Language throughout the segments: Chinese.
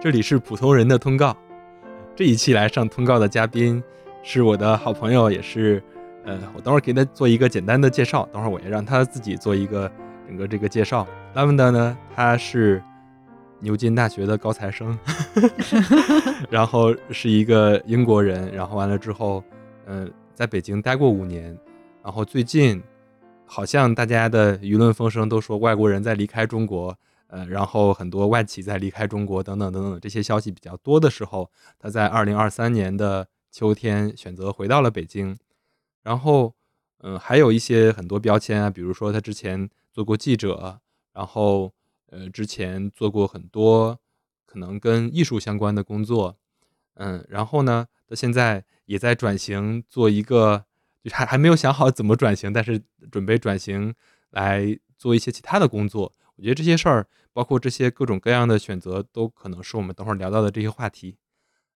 这里是普通人的通告。这一期来上通告的嘉宾是我的好朋友，也是呃，我等会儿给他做一个简单的介绍，等会儿我也让他自己做一个整个这个介绍。Lavender 呢，他是牛津大学的高材生，然后是一个英国人，然后完了之后，嗯、在北京待过五年，然后最近好像大家的舆论风声都说外国人在离开中国，呃，然后很多外企在离开中国等等等等这些消息比较多的时候，他在二零二三年的秋天选择回到了北京，然后嗯、呃还有一些很多标签啊，比如说他之前做过记者，然后呃之前做过很多可能跟艺术相关的工作，嗯，然后呢，他现在也在转型做一个，就是还还没有想好怎么转型，但是准备转型来做一些其他的工作。我觉得这些事儿，包括这些各种各样的选择，都可能是我们等会儿聊到的这些话题。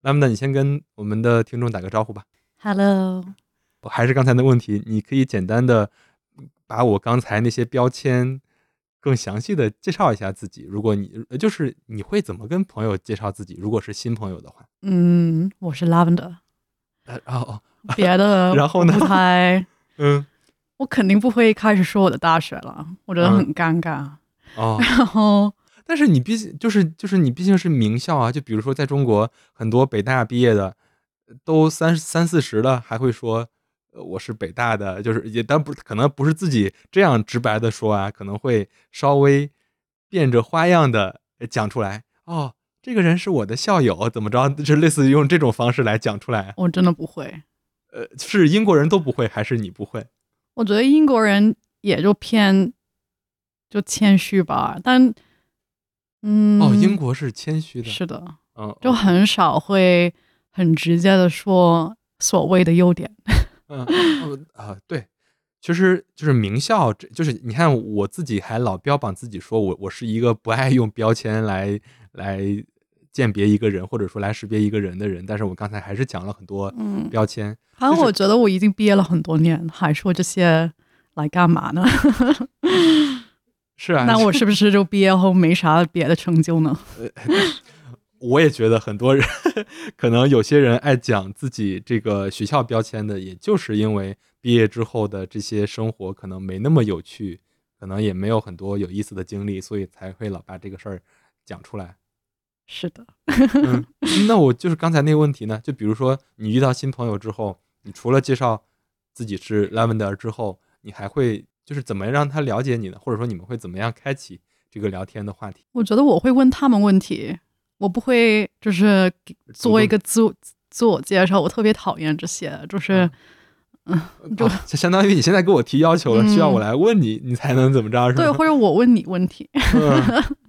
那么呢，你先跟我们的听众打个招呼吧。 Hello，我还是刚才的问题，你可以简单的把我刚才那些标签更详细的介绍一下自己。如果你呃就是你会怎么跟朋友介绍自己？如果是新朋友的话，嗯，我是 Lavender，呃哦哦，别的然后呢我不太，嗯我肯定不会开始说我的大学了，我觉得嗯很尴尬。哦，然后但是你毕竟就是就是你毕竟是名校啊，就比如说在中国，很多北大毕业的呃都三三四十了，还会说呃我是北大的，就是也但不可能不是自己这样直白的说啊，可能会稍微变着花样的讲出来哦，这个人是我的校友，怎么着，就是类似于用这种方式来讲出来。啊我真的不会，呃，是英国人都不会，还是你不会？我觉得英国人也就偏就谦虚吧，但嗯，哦，英国是谦虚的，是的，嗯，就哦很少会很直接的说所谓的优点。嗯嗯啊，对，其实就是名校，这就是你看我自己还老标榜自己说我我是一个不爱用标签来来鉴别一个人，或者说来识别一个人的人，但是我刚才还是讲了很多嗯，标签。反正我觉得我已经毕业了很多年，还说这些来干嘛呢？是啊，那我是不是就毕业后没啥别的成就呢？我也觉得很多人可能有些人爱讲自己这个学校标签的，也就是因为毕业之后的这些生活可能没那么有趣，可能也没有很多有意思的经历，所以才会老把这个事儿讲出来。 是的， 嗯，那我就是刚才那个问题呢，就比如说你遇到新朋友之后，你除了介绍自己是 Lavender 之后，你还会就是怎么让他了解你呢？或者说你们会怎么样开启这个聊天的话题？我觉得我会问他们问题，我不会就是给做一个自我自我介绍，我特别讨厌这些，就是就、啊、就相当于你现在给我提要求了，需要我嗯来问你，你才能怎么着是对，吧？或者我问你问 题，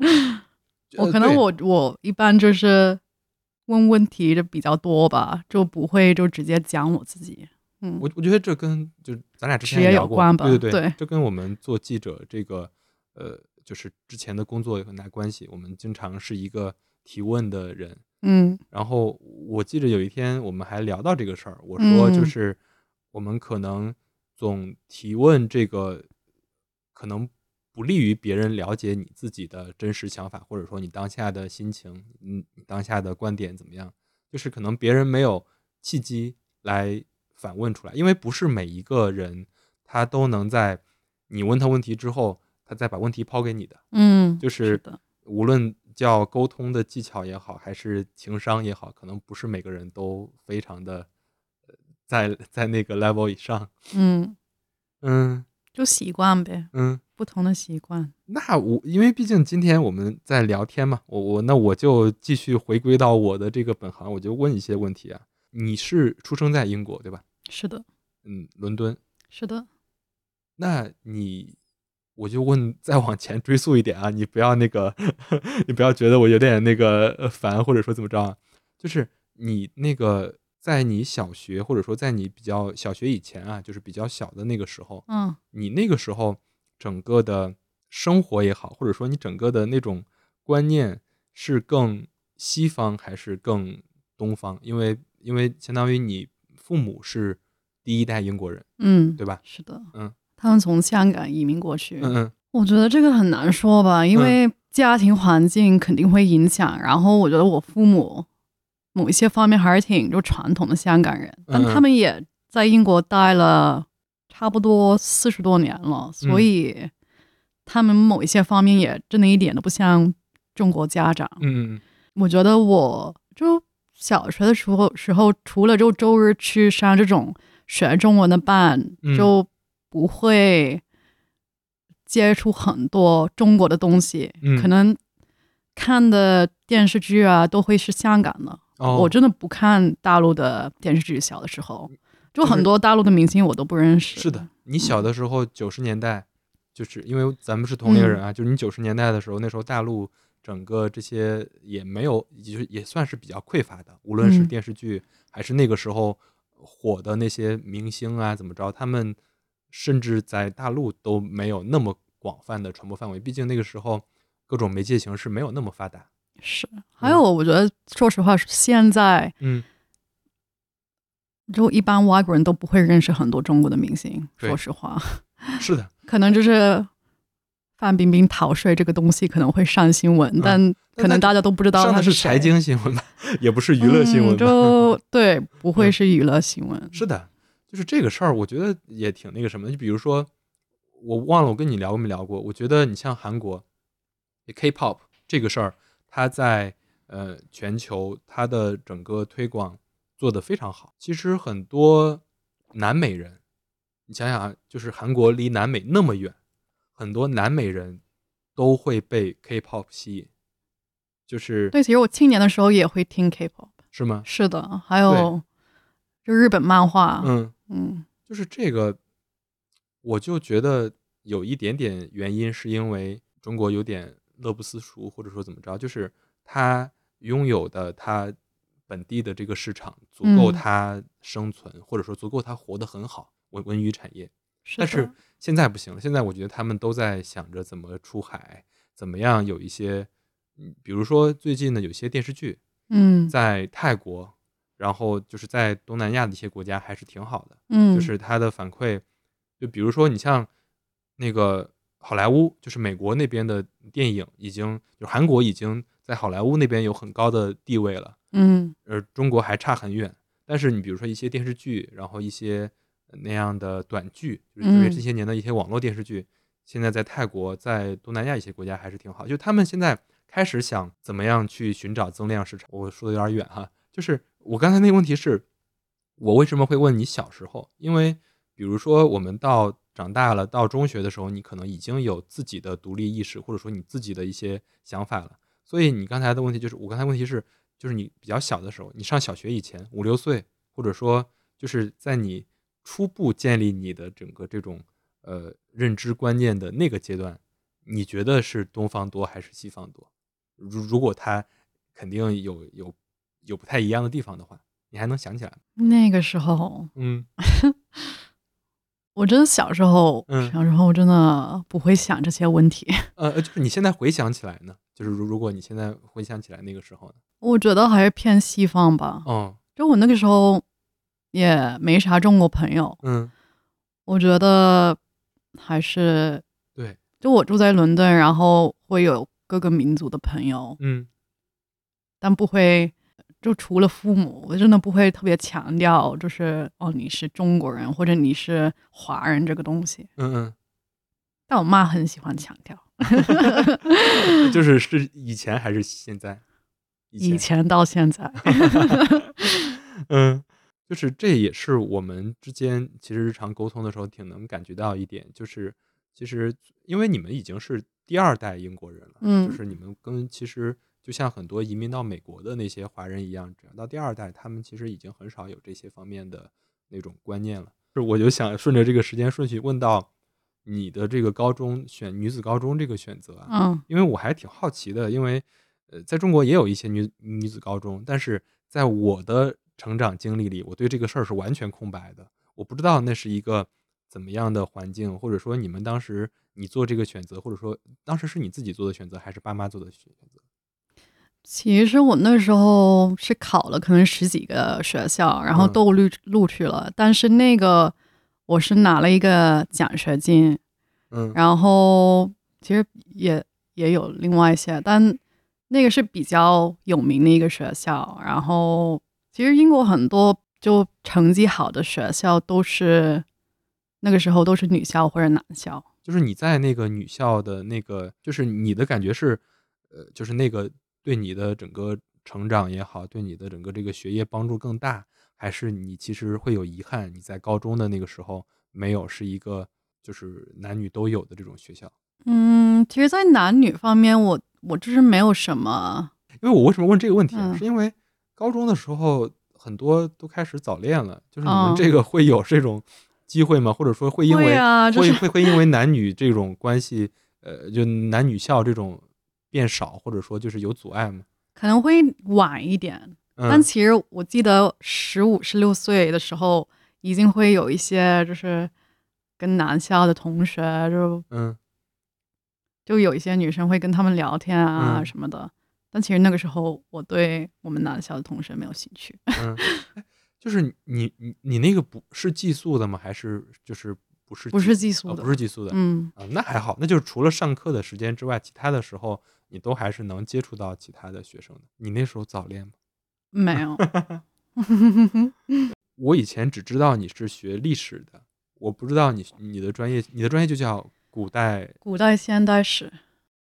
嗯我呃可能对 我我一般就是问问题就比较多吧，就不会就直接讲我自己。嗯，我我觉得这跟就咱俩之前职也业聊有过关吧对对对这跟我们做记者这个呃，就是之前的工作有很大关系。我们经常是一个提问的人，嗯然后我记得有一天我们还聊到这个事儿，我说就嗯是我们可能总提问这个，可能不利于别人了解你自己的真实想法，或者说你当下的心情，嗯，你当下的观点怎么样？就是可能别人没有契机来反问出来，因为不是每一个人他都能在你问他问题之后，他再把问题抛给你的。嗯，就是是的，无论叫沟通的技巧也好，还是情商也好，可能不是每个人都非常的呃在在那个 level 以上。嗯，嗯就习惯呗，嗯，不同的习惯。那我因为毕竟今天我们在聊天嘛，我我那我就继续回归到我的这个本行，我就问一些问题啊。你是出生在英国对吧？是的，嗯，伦敦。是的，那你，我就问，再往前追溯一点啊，你不要那个， 你不要觉得我有点那个呃烦，或者说怎么着啊，就是你那个在你小学，或者说在你比较小学以前啊，就是比较小的那个时候，嗯。你那个时候整个的生活也好，或者说你整个的那种观念是更西方还是更东方？因为因为相当于你父母是第一代英国人，嗯，对吧？是的，嗯，他们从香港移民过去，嗯嗯。嗯我觉得这个很难说吧，因为家庭环境肯定会影响。然后我觉得我父母某一些方面还是挺就传统的香港人，嗯但他们也在英国待了差不多四十多年了，所以他们某一些方面也真的一点都不像中国家长。嗯我觉得我就小学的时候时候，除了就周日去上这种学中文的班，嗯就不会接触很多中国的东西，嗯可能看的电视剧啊都会是香港的。哦，嗯我真的不看大陆的电视剧，小的时候就就是很多大陆的明星我都不认识。是的，，你小的时候九十年代，就是因为咱们是同龄人嗯啊，就是你九十年代的时候，那时候大陆整个这些也没有，也也算是比较匮乏的，无论是嗯电视剧、还是那个时候火的那些明星啊，怎么着，他们甚至在大陆都没有那么广泛的传播范围，毕竟那个时候各种媒介形式没有那么发达。是。还有，我觉得说实话，现在嗯，就一般外国人都不会认识很多中国的明星，对说实话，啊是的，可能就是范冰冰逃税这个东西可能会上新闻，但可能大家都不知嗯道上她的是谁财经新闻吧，也不是娱乐新闻嗯吧。嗯 就对，不会是娱乐新闻。是的，就是这个事儿，我觉得也挺那个什么的。就比如说，我忘了我跟你聊没聊过，我觉得你像韩国，K-pop 这个事儿，它在呃全球它的整个推广做得非常好。其实很多南美人，你想想啊，就是韩国离南美那么远，很多南美人都会被 K-pop 吸引，就是对，其实我青年的时候也会听 K-pop，是吗？是的，还有就日本漫画，嗯。嗯就是这个，我就觉得有一点点原因，是因为中国有点乐不思蜀，或者说怎么着，就是它拥有的它本地的这个市场足够嗯它生存，或者说足够它活得很好，文文娱产业。是的但是现在不行了，现在我觉得他们都在想着怎么出海，怎么样有一些，嗯，比如说最近的有些电视剧，嗯在泰国，然后就是在东南亚的一些国家还是挺好的。嗯，就是它的反馈，就比如说你像那个好莱坞，就是美国那边的电影已经，就韩国已经在好莱坞那边有很高的地位了，嗯而呃中国还差很远。但是你比如说一些电视剧，然后一些呃那样的短剧，就是特别嗯这些年的一些网络电视剧，现在在泰国、在东南亚一些国家还是挺好。就他们现在开始想怎么样去寻找增量市场。我说的有点远哈，就是我刚才那个问题是，我为什么会问你小时候？因为比如说我们到长大了，到中学的时候，你可能已经有自己的独立意识，或者说你自己的一些想法了。所以你刚才的问题就是，我刚才问题是，就是你比较小的时候，你上小学以前五六岁，或者说就是在你初步建立你的整个这种呃认知观念的那个阶段，你觉得是东方多还是西方多？如如果它肯定有有有不太一样的地方的话，你还能想起来吗？那个时候嗯我真的小时候，嗯小时候真的不会想这些问题。 呃，呃就是你现在回想起来呢，就是如如果你现在回想起来那个时候呢，我觉得还是偏西方吧。哦，就我那个时候也没啥中国朋友，嗯，我觉得还是对，就我住在伦敦，然后会有各个民族的朋友，嗯但不会就除了父母，我真的不会特别强调，就是哦你是中国人或者你是华人这个东西。嗯但我妈很喜欢强调， 嗯，就是是以前还是现在？以前到 现在，嗯，就是这也是我们之间其实日常沟通的时候挺能感觉到一点，就是其实因为你们已经是第二代英国人了，嗯就是你们跟其实就像很多移民到美国的那些华人一样，只要到第二代，他们其实已经很少有这些方面的那种观念了。就是我就想顺着这个时间顺序问到你的这个高中选女子高中这个选择啊，嗯因为我还挺好奇的，因为呃，在中国也有一些女女子高中，但是在我的成长经历里，我对这个事儿是完全空白的，我不知道那是一个怎么样的环境，或者说你们当时你做这个选择，或者说当时是你自己做的选择，还是爸妈做的选择？其实我那时候是考了可能十几个学校，然后嗯都录录取了，但是那个我是拿了一个奖学金，嗯然后其实也也有另外一些，但那个是比较有名的一个学校。然后其实英国很多就成绩好的学校都是那个时候都是女校或者男校。就是你在那个女校的那个，就是你的感觉是，呃，就是那个对你的整个成长也好，对你的整个这个学业帮助更大，还是你其实会有遗憾，你在高中的那个时候没有是一个就是男女都有的这种学校？嗯，其实，在男女方面，我我就是没有什么，因为我为什么问这个问题啊，嗯是因为高中的时候很多都开始早恋了，就是你哦们这个会有这种机会吗？或者说会因会为、啊就会是会会因为男女这种关系，呃，就男女校这种变少，或者说就是有阻碍吗？可能会晚一点。但嗯，其实我记得十五、十六岁的时候，已经会有一些就是跟男校的同学就嗯，就有一些女生会跟他们聊天啊嗯什么的。但其实那个时候，我对我们男校的同学没有兴趣。嗯，哎就是你你你那个不是寄宿的吗？还是就是不是不是寄宿啊的不是寄宿的，嗯，啊，那还好，那就是除了上课的时间之外，其他的时候你都还是能接触到其他的学生的。你那时候早恋吗？没有。 我以前只知道你是学历史的，我不知道你你的专业，你的专业就叫古代。古代现代史，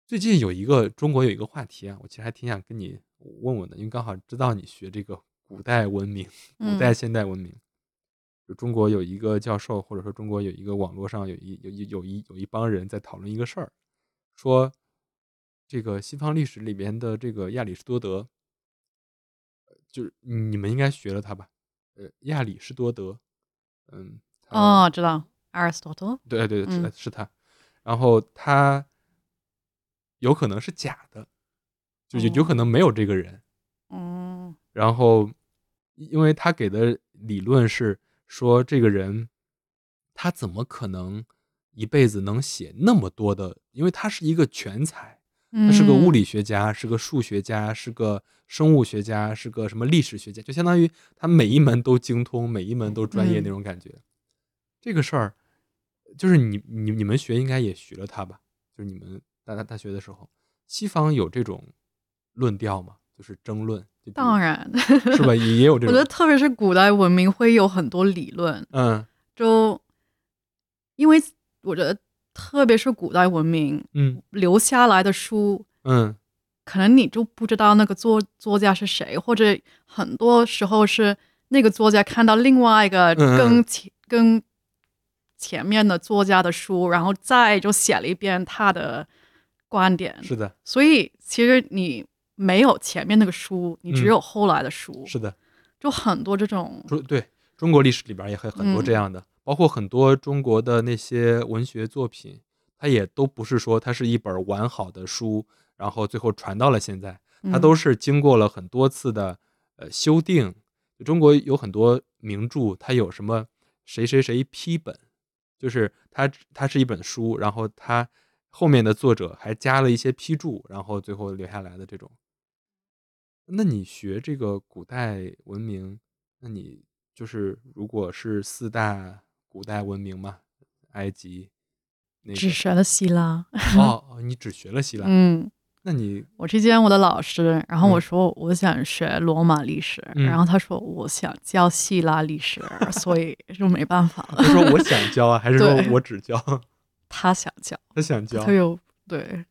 最近有一个中国有一个话题啊，我其实还挺想跟你问问的，因为刚好知道你学这个古代文明、古嗯代现代文明。就中国有一个教授，或者说中国有一个网络上有一有一有一有一帮人在讨论一个事儿，说这个西方历史里边的这个亚里士多德，呃就是你们应该学了他吧？呃，亚里士多德，嗯，他哦，知道 Aristotle。对对对，嗯是他。然后他有可能是假的，就有有可能没有这个人。嗯然后，因为他给的理论是说，这个人他怎么可能一辈子能写那么多的？因为他是一个全才，他是个物嗯理学家，是个数学家，是个生物学家，是个什么历史学家，就相当于他每一门都精通，每一门都专业那嗯种感觉。这个事儿，就是你你你们学应该也学了他吧？就是你们大大大学的时候，西方有这种论调吗？就是争论，就比如当然，是吧？也也有这 我种，觉得特别是古代文明会有很多理论，嗯就因为我觉得特别是古代文明嗯留下来的书，嗯可能你就不知道那个作作家是谁，或者很多时候是那个作家看到另外一个嗯嗯更前更前面的作家的书，然后再就写了一遍他的观点，是的，所以其实你没有前面那个书，你嗯只有后来的书，是的。就很多这种，中对中国历史里边也很很多这嗯样的，包括很多中国的那些文学作品，它也都不是说它是一本完好的书，然后最后传到了现在，它嗯都是经过了很多次的呃修订。中国有很多名著，它有什么谁谁谁批本，就是它它是一本书，然后它后面的作者还加了一些批注，然后最后留下来的这种。那你学这个古代文明，那你就是如果是四大古代文明嘛，埃及那个只学了希腊，哦，哦你只学了希腊，啊嗯。那你我去见我的老师，然后我嗯说我想学罗马历史，嗯然后他说我想教希腊历史，所以就没办法了。是说我想教啊，还是说对我只教？ 他想教，他想教他。有对，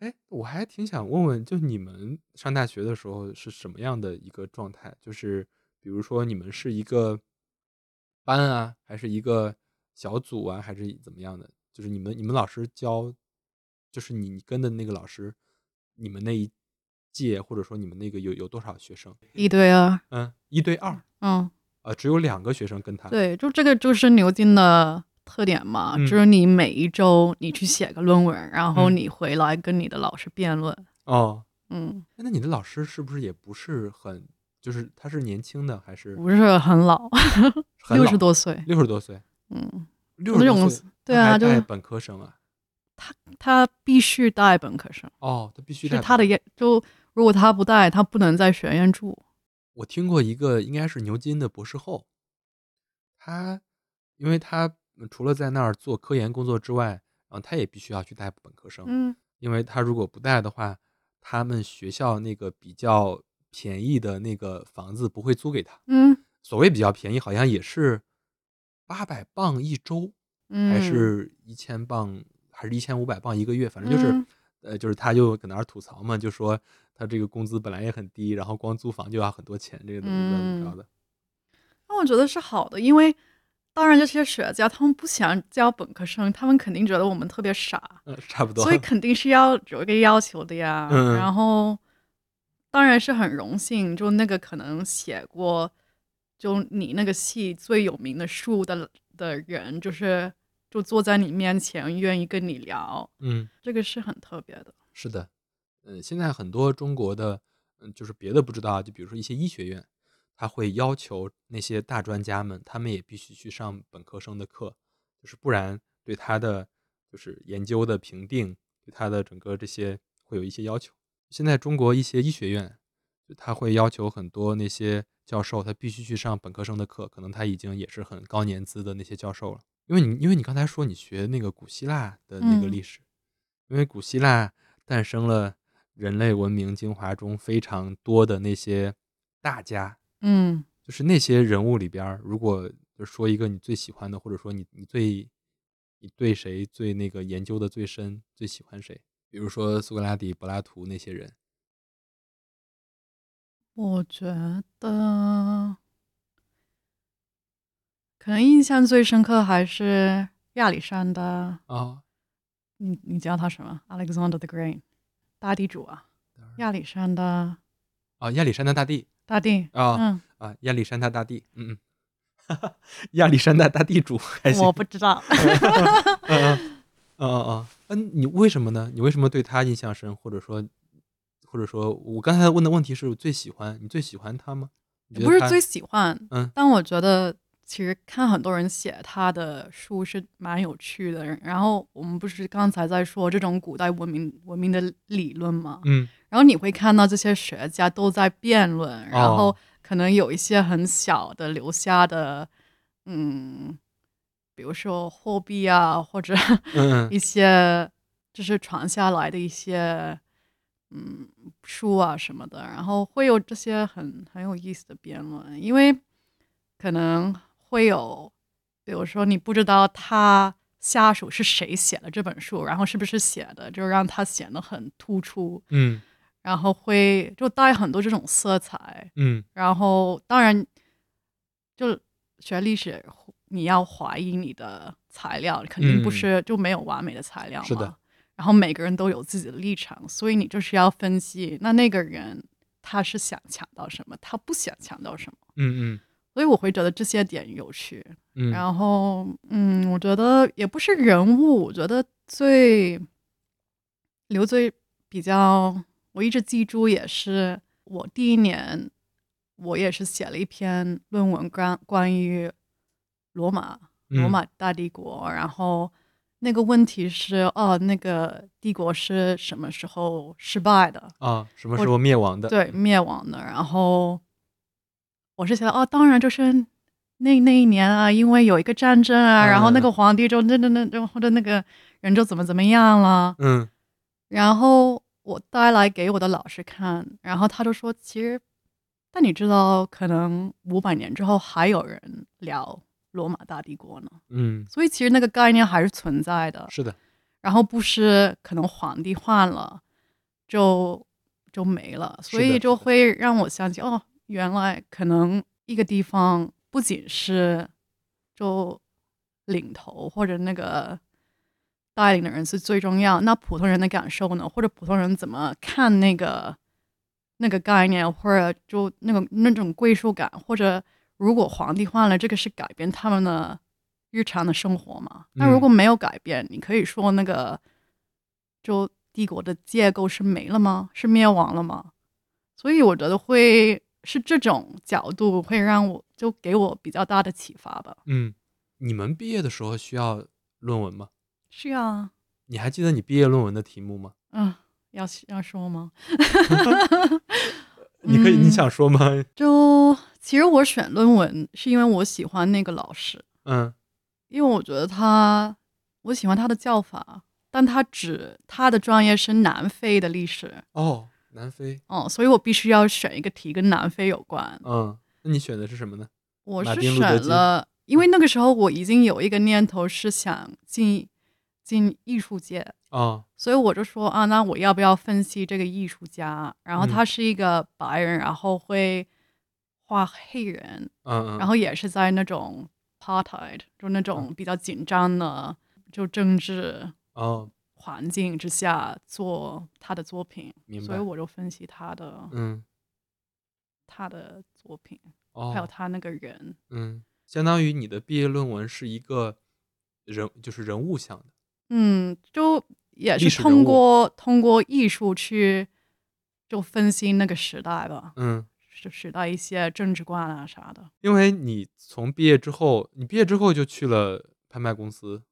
哎，我还挺想问问，就你们上大学的时候是什么样的一个状态？就是比如说你们是一个班啊，还是一个小组啊，还是怎么样的？就是你们你们老师教，就是你你跟的那个老师，你们那一届或者说你们那个有有多少学生？一对二，嗯，一对二啊、嗯，只有两个学生跟他。对，就这个就是牛津的特点嘛，啊嗯就是你每一周你去写个论文，然后嗯你回来跟你的老师辩论，哦，嗯，那你的老师是不是也不是很，就是他是年轻的还是不是很老，很六老十多岁，六十多岁？嗯，六十多种岁，对他还啊就是带本科生啊。他必须带本科生，哦，他必须带是本他的科。也就如果他不带，他不能在学院住。我听过一个，应该是牛津的博士后，他因为他除了在那儿做科研工作之外，然后他也必须要去带本科生。嗯因为他如果不带的话，他们学校那个比较便宜的那个房子不会租给他。嗯所谓比较便宜，好像也是八百磅一周，嗯，还是一千磅，还是一千五百磅一个月，反正就是嗯，呃，就是他就搁那儿吐槽嘛，就说他这个工资本来也很低，然后光租房就要很多钱，这个怎么着怎么着的。那我觉得是好的，因为当然这些学家他们不想教本科生，他们肯定觉得我们特别傻，嗯，差不多。所以肯定是要有一个要求的呀。嗯然后，当然是很荣幸，就那个可能写过就你那个戏最有名的书的的人，就是就坐在你面前愿意跟你聊，嗯，这个是很特别的。是的，嗯，现在很多中国的，嗯，就是别的不知道啊，就比如说一些医学院，他会要求那些大专家们，他们也必须去上本科生的课，就是不然对他的就是研究的评定，对他的整个这些会有一些要求。现在中国一些医学院，就他会要求很多那些教授，他必须去上本科生的课，可能他已经也是很高年资的那些教授了。因为你因为你刚才说你学那个古希腊的那个嗯历史，因为古希腊诞生了人类文明精华中非常多的那些大家，嗯就是那些人物里边儿，如果就说一个你最喜欢的，或者说你你最你对谁最那个研究的最深，最喜欢谁？比如说苏格拉底、柏拉图那些人，我觉得可能印象最深刻还是亚历山大。啊、你你叫他什么？Alexander the Great，大地主啊，亚历山大啊，亚历山大大帝大帝啊、嗯，啊，亚历山大大帝，嗯嗯， 亚历山大大地主还哎行，我不知道，嗯嗯嗯，嗯，你为什么呢？你为什么对他印象深？或者说，或者说我刚才问的问题是我最喜欢你最喜欢他吗？你觉得不是他最喜欢，嗯但我觉得其实看很多人写他的书是蛮有趣的。然后我们不是刚才在说这种古代文明文明的理论吗？嗯然后你会看到这些学家都在辩论，然后哦可能有一些很小的留下的，嗯，比如说货币啊，或者嗯嗯 一些就是传下来的一些嗯书啊什么的，然后会有这些很很有意思的辩论，因为可能会有，比如说你不知道他下属是谁写的这本书，然后是不是写的，就让他显得很突出，嗯然后会就带很多这种色彩，嗯然后当然，就学历史，你要怀疑你的材料，肯定不嗯是就没有完美的材料嘛。是的。然后每个人都有自己的立场，所以你就是要分析那那个人他是想强调什么，他不想强调什么。嗯嗯所以我会觉得这些点有趣。嗯，然后，嗯，我觉得也不是人物，我觉得最留最比较，我一直记住也是我第一年，我也是写了一篇论文关关于罗马罗嗯马大帝国，然后那个问题是哦，那个帝国是什么时候失败的？啊，什么我时候灭亡的？嗯对，灭亡的。然后我是觉得，哦，当然就是那那一年啊，因为有一个战争啊，然后那嗯个皇帝就那那那就或者那个人就怎么怎么样了。嗯然后我带来给我的老师看，然后他就说，其实，但你知道，可能五百年之后还有人聊罗马大帝国呢，嗯，所以其实那个概念还是存在的。是的，然后不是可能皇帝换了，就就没了，是所的以是就的会让我想起哦，原来可能一个地方不仅是就领头或者那个带领的人是最重要，那普通人的感受呢，或者普通人怎么看那个那个概念，或者就那个那种归属感，或者如果皇帝换了，这个是改变他们的日常的生活嘛？那如嗯果没有改变，你可以说那个就帝国的结构是没了吗？是灭亡了吗？所以我觉得会是这种角度会让我就给我比较大的启发吧。嗯，你们毕业的时候需要论文吗？是啊，你还记得你毕业论文的题目吗？嗯，要要说吗？你可以，你嗯想说吗？ 就其实我选论文是因为我喜欢那个老师，嗯因为我觉得他，我喜欢他的叫法，但他只他的专业是南非的历史，哦，南非，哦，所以我必须要选一个题跟南非有关。嗯，那你选的是什么呢？我马是丁路德选金了，因为那个时候我已经有一个念头是想进进艺术界，哦，所以我就说啊，那我要不要分析这个艺术家？然后嗯他是一个白人，然后会画黑人，嗯嗯，然后也是在那种 apartheid，就那种比较紧张的就政治哦，环境之下做他的作品，明所以白我就分析他的、嗯，他的作品，哦，还有他那个人。嗯，相当于你的毕业论文是一个人，就是人物向的。嗯，就也历史是人物通过通过艺术去就分析那个时代吧，嗯，就时代一些政治观啊啥的。因为你从毕业之后，你毕业之后就去了拍卖公司。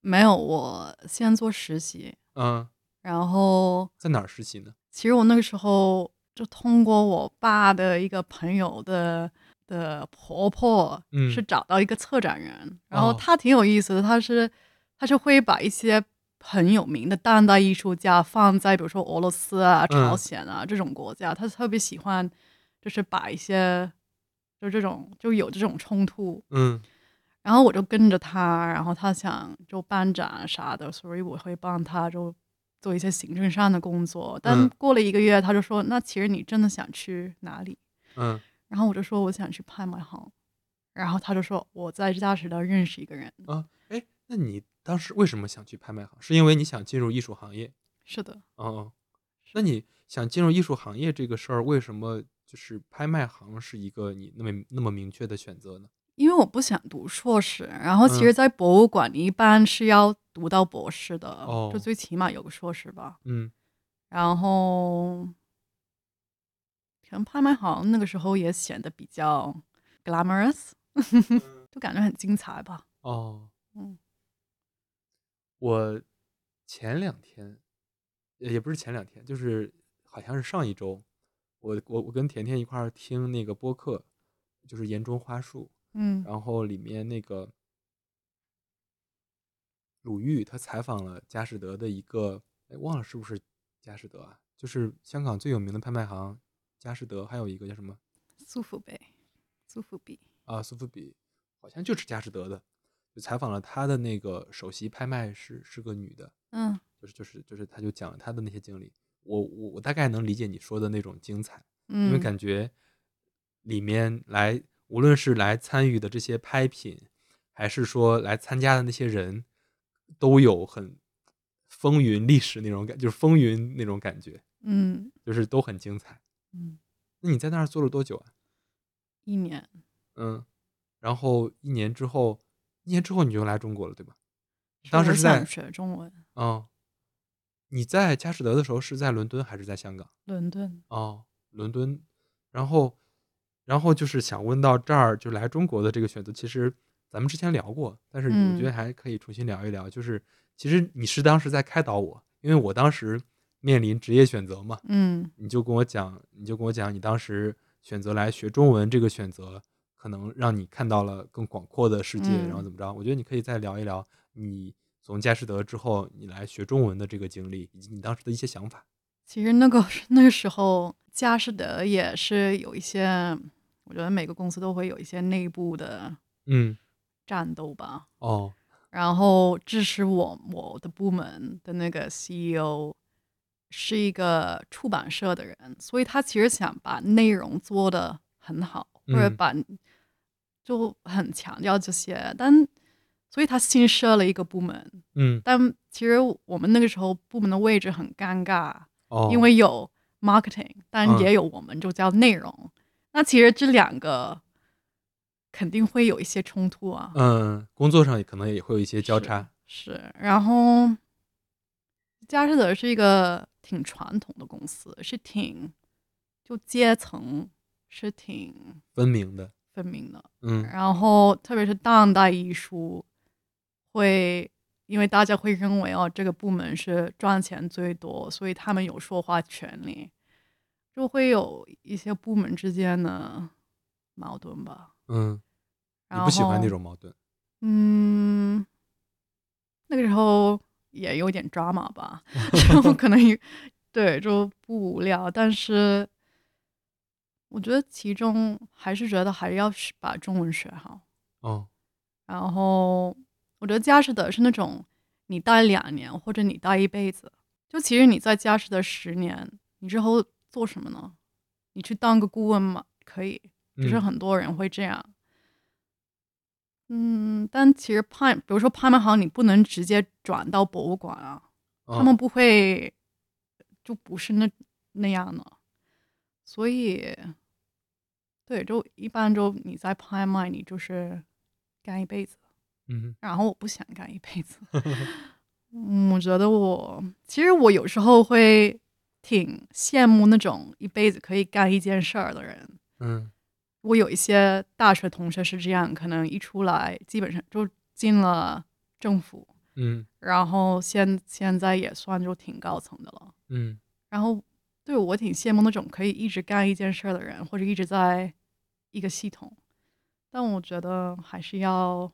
没有，我先做实习，嗯，然后在哪儿实习呢？其实我那个时候就通过我爸的一个朋友的的婆婆，嗯是找到一个策展人，然后哦她挺有意思的，她是她是会把一些很有名的当代艺术家放在比如说俄罗斯啊、嗯朝鲜啊、这种国家，她特别喜欢就是把一些就这种就有这种冲突，嗯然后我就跟着他，然后他想就办展啊啥的，所以我会帮他就做一些行政上的工作。但嗯过了一个月，他就说：“那其实你真的想去哪里嗯，？”然后我就说：“我想去拍卖行。”然后他就说：“我在大石头认识一个人。啊，哎，那你当时为什么想去拍卖行？是因为你想进入艺术行业？”是的，哦哦，那你想进入艺术行业这个事儿，为什么就是拍卖行是一个你那么那么明确的选择呢？因为我不想读硕士。然后其嗯实，在博物馆，你一般是要读到博士的，哦就最起码有个硕士吧。嗯然后，可能拍卖行那个时候也显得比较 glamorous，就嗯感觉很精彩吧。哦，嗯，我前两天，呃也不是前两天，就是好像是上一周，我我我跟甜甜一块儿听那个播客，就是《岩中花树》，嗯然后里面那个鲁豫他采访了佳士得的一个，哎，忘了是不是佳士得啊？就是香港最有名的拍卖行佳士得，还有一个叫什么苏富比，苏富比，啊？苏富比，好像就是佳士得的，就采访了他的那个首席拍卖师是个女的。嗯就是就是就是，他就讲了他的那些经历。我我我大概能理解你说的那种精彩，因为嗯，感觉里面来，无论是来参与的这些拍品，还是说来参加的那些人，都有很风云历史那种感，就是风云那种感觉，嗯就是都很精彩。嗯，那你在那儿做了多久啊？一年，嗯，然后一年之后，一年之后你就来中国了，对吧？当时我是想在学中文，嗯，你在佳士得的时候是在伦敦还是在香港？伦敦，哦，伦敦，然后，然后就是想问到这儿，就来中国的这个选择，其实咱们之前聊过，但是我觉得嗯还可以重新聊一聊。就是其实你是当时在开导我，因为我当时面临职业选择嘛，嗯你就跟我讲，你就跟我讲，你当时选择来学中文这个选择，可能让你看到了更广阔的世界，然后嗯怎么着？我觉得你可以再聊一聊你从佳士得之后你来学中文的这个经历，以及你当时的一些想法。其实那个那个时候，佳士得也是有一些，我觉得每个公司都会有一些内部的嗯，战斗吧，哦，然后支持我我的部门的那个 CEO 是一个出版社的人，所以他其实想把内容做得很好，或者嗯把就很强调这些，但所以他新设了一个部门，嗯，但其实我们那个时候部门的位置很尴尬，哦，因为有 marketing，但嗯也有我们就叫内容，那其实这两个肯定会有一些冲突啊，嗯，工作上也可能也会有一些交是叉。是，然后佳士得是一个挺传统的公司，是挺就阶层是挺分明的。分明的。嗯然后特别是当代艺术，会因为大家会认为哦这个部门是赚钱最多，所以他们有说话权利，就会有一些部门之间的矛盾吧。嗯，你然后不喜欢那种矛盾。嗯，那个时候也有点 drama 吧，就可能有对就不无聊，但是我觉得其中还是觉得还要学把中文学好。哦，然后我觉得佳士得是那种你待两年或者你待一辈子，就其实你在佳士得十年，你之后做什么呢？你去当个顾问嘛，可以，只是嗯很多人会这样。嗯但其实拍，比如说拍卖行，你不能直接转到博物馆啊，哦他们不会，就不是那那样的，所以，对，就一般就你在拍卖，你就是干一辈子。嗯然后我不想干一 辈子。嗯，我觉得我其实我有时候会挺羡慕那种一辈子可以干一件事儿的人。嗯我有一些大学同学是这样，可能一出来基本上就进了政府，嗯然后现现在也算就挺高层的了。嗯然后对我挺羡慕那种可以一直干一件事儿的人，或者一直在一个系统。但我觉得还是要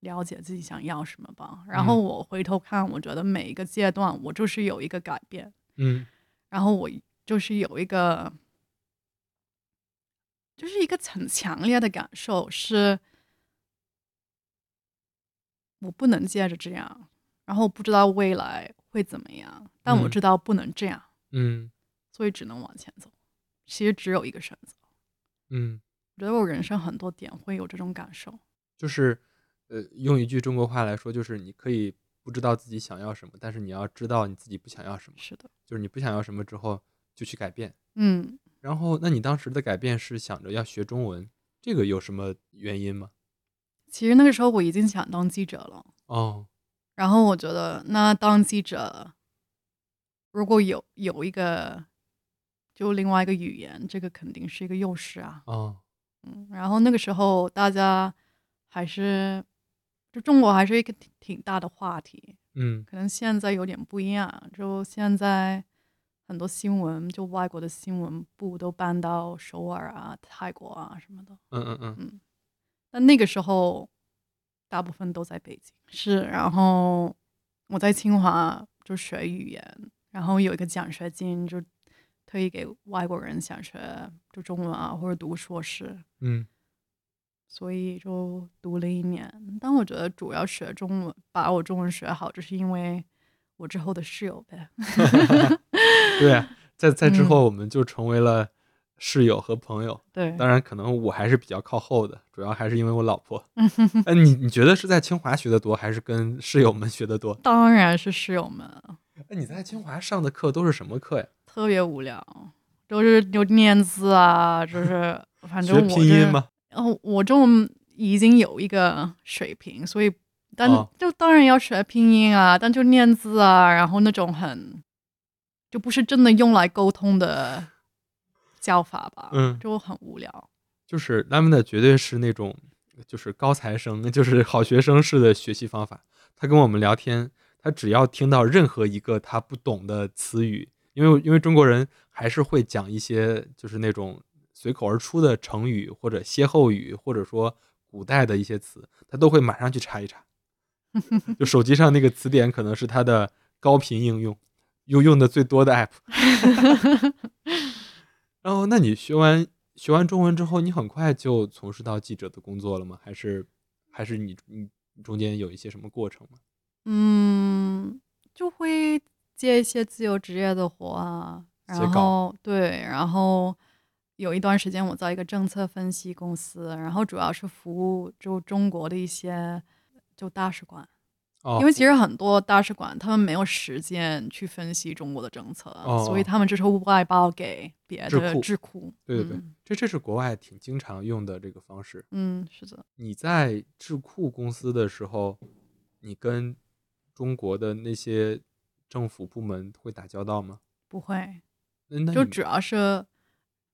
了解自己想要什么吧。然后嗯我回头看，我觉得每一个阶段我就是有一个改变，嗯然后我就是有一个，就是一个很强烈的感受是，我不能接着这样，然后不知道未来会怎么样，但我嗯知道不能这样，嗯所以只能往前走。其实只有一个选择。嗯，我觉得我人生很多点会有这种感受，就是呃，用一句中国话来说，就是你可以不知道自己想要什么，但是你要知道你自己不想要什么，是的，就是你不想要什么之后就去改变。嗯，然后，那你当时的改变是想着要学中文，这个有什么原因吗？其实那个时候我已经想当记者了，哦，然后我觉得那当记者，如果有有一个就另外一个语言，这个肯定是一个优势啊。哦，嗯，然后那个时候大家还是就中国还是一个挺挺大的话题，嗯可能现在有点不一样。就现在很多新闻，就外国的新闻部都搬到首尔啊、泰国啊什么的。嗯嗯嗯但那个时候大部分都在北京，是。然后我在清华就学语言，然后有一个奖学金，就特意给外国人想学就中文啊，或者读硕士，嗯所以就读了一年。但我觉得主要学中文，把我中文学好，就是因为我之后的室友呗。 对啊，在在之嗯后我们就成为了室友和朋友。对，当然，可能我还是比较靠后的，主要还是因为我老 婆。哎，你你觉得是在清华学的多，还是跟室友们学的多？ 当然是室友们，哎，你在清华上的课都是什么课呀？特别无聊，就是就念字啊，就是反正学我拼这音吗？哦，我中文已经有一个水平，所以但、哦就当然要学拼音啊，但就念字啊，然后那种很就不是真的用来沟通的叫法吧，嗯就很无聊。就是他们的绝对是那种就是高材生，就是好学生式的学习方法。他跟我们聊天，他只要听到任何一个他不懂的词语，因为因为中国人还是会讲一些就是那种随口而出的成语或者歇后语，或者说古代的一些词，他都会马上去查一查。就手机上那个词典可能是他的高频应用，用用的最多的 app。然后，那你学完学完中文之后，你很快就从事到记者的工作了吗？还是还是你你中间有一些什么过程吗？嗯，就会接一些自由职业的活啊，写然稿后对，然后有一段时间我在一个政策分析公司，然后主要是服务就中国的一些就大使馆。哦，因为其实很多大使馆他们没有时间去分析中国的政策，哦所以他们就是外包给别智的库智库。对对对嗯，这这是国外挺经常用的这个方式。嗯，是的，你在智库公司的时候，你跟中国的那些政府部门会打交道吗？不会，那那就你主要是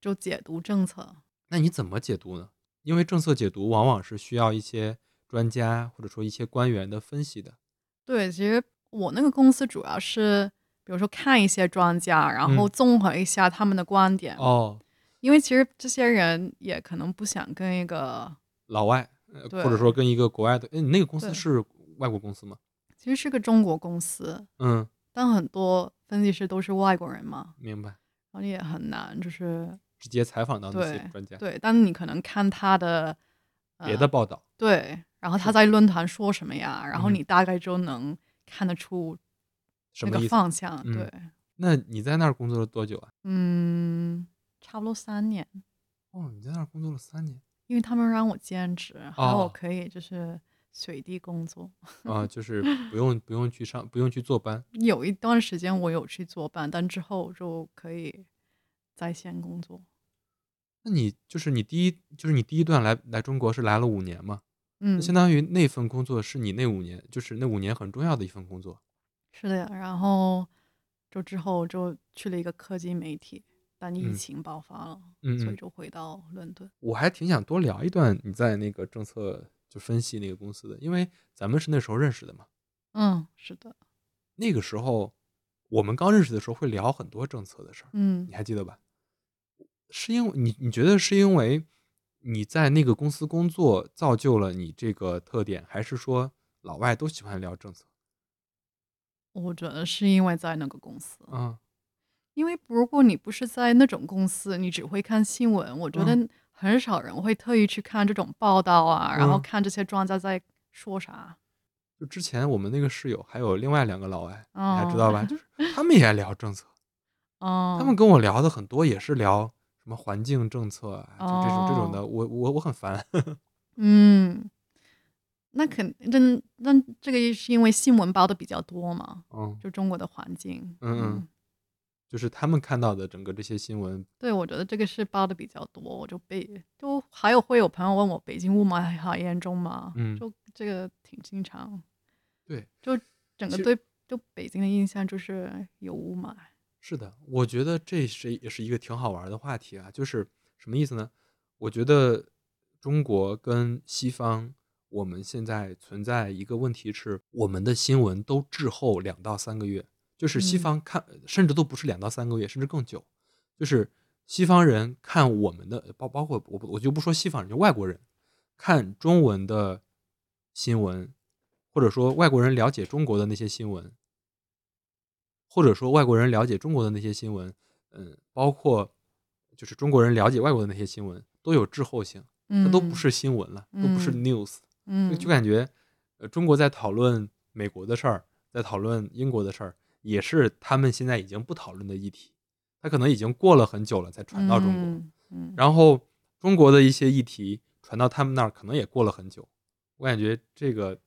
就解读政策。那你怎么解读呢？因为政策解读往往是需要一些专家或者说一些官员的分析的。对，其实我那个公司主要是。比如说看一些专家，然后嗯综合一下他们的观点，哦，因为其实这些人也可能不想跟一个老外，呃、或者对说跟一个国外的，哎，你那个公司对是外国公司吗？其实是个中国公司，嗯，但很多分析师都是外国人嘛，明白。然后也很难就是直接采访到那些对专家，对，但你可能看他的、呃、别的报道，对，然后他是在论坛说什么呀，然后嗯你大概就能看得出什那么个意思？方向，嗯对，那你在那儿工作了多久啊？嗯，差不多三年，哦，你在那儿工作了三 年因为他们让我兼职，还有哦我可以就是随地工作。啊，就是不用不用去上，不用去坐班，有一段时间我有去做班，但之后就可以在线工作。那你就是你第一就是你第一段来来中国是来了五年嘛？那嗯，相当于那份工作是你那五年就是那五年很重要的一份工作。是的呀。然后就之后就去了一个科技媒体，但疫嗯情爆发了，嗯所以嗯就回到伦敦。我还挺想多聊一段你在那个政策就分析那个公司的，因为咱们是那时候认识的嘛。嗯，是的。那个时候我们刚认识的时候会聊很多政策的事儿，嗯你还记得吧？是因为你你觉得是因为你在那个公司工作造就了你这个特点，还是说老外都喜欢聊政策？我觉得是因为在那个公司，嗯因为如果你不是在那种公司，你只会看新闻，我觉嗯得很少人会特意去看这种报道啊，然后嗯看这些专家在说啥。就之前我们那个室友还有另外两个老外，你还哦知道 吧？就是他们也聊政策，哦、他们跟我聊的很多也是聊什么环境政策啊，就这种这种哦的，我我我很烦。 嗯，那肯那那这个是因为新闻报的比较多嘛，嗯，就中国的环境。嗯嗯就是他们看到的整个这些新闻，对，我觉得这个是报的比较多，我就被就还有会有朋友问我北京雾霾好严重吗？嗯就这个挺经常。对，就整个其实对就北京的印象就是有雾霾。是的，我觉得这是也是一个挺好玩的话题啊，就是什么意思呢？我觉得中国跟西方，我们现在存在一个问题是，我们的新闻都滞后两到三个月，就是西嗯方看，甚至都不是两到三个月，甚至更久，就是西方人看我们的，包包括我不我就不说西方人，就外国人看中文的新闻，或者说外国人了解中国的那些新闻，或者说外国人了解中国的那些新闻，嗯，包括就是中国人了解外国的那些新闻，都有滞后性，它嗯，都不是新闻了，都不是嗯 news，嗯，就就感觉，呃，中国在讨论美国的事儿，在讨论英国的事儿，也是他们现在已经不讨论的议题，它可能已经过了很久了才传到中国，嗯嗯，然后中国的一些议题传到他们那儿，可能也过了很久。我感觉这个，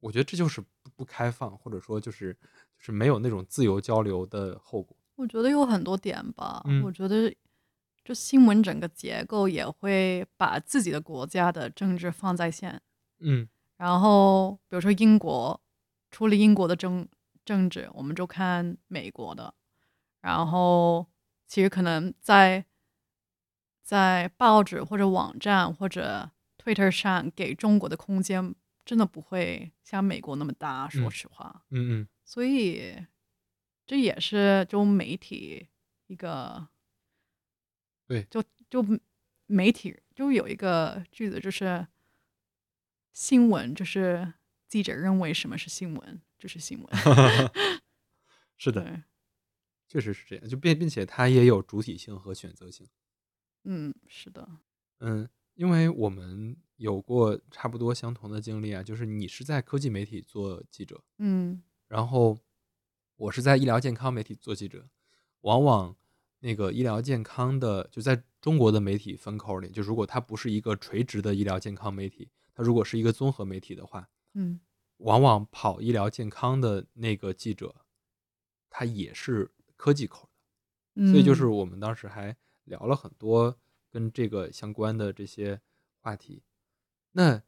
我觉得这就是不不开放，或者说就是就是没有那种自由交流的后果。我觉得有很多点吧，嗯我觉得就新闻整个结构也会把自己的国家的政治放在线，嗯然后比如说英国，除了英国的政政治，我们就看美国的，然后其实可能在在报纸或者网站或者 Twitter 上给中国的空间真的不会像美国那么大，说嗯实话。嗯嗯，所以这也是就媒体一个对就就媒体就有一个句子，就是新闻就是记者认为什么是新闻就是新 闻，是的，对，确实是这样。就并并且它也有主体性和选择性。嗯，是的，嗯，因为我们有过差不多相同的经历啊，就是你是在科技媒体做记者，嗯然后我是在医疗健康媒体做记者，往往那个医疗健康的就在中国的媒体风口里，就如果它不是一个垂直的医疗健康媒体，它如果是一个综合媒体的话，嗯往往跑医疗健康的那个记者，他也是科技口嗯，所以就是我们当时还聊了很多跟这个相关的这些话题。那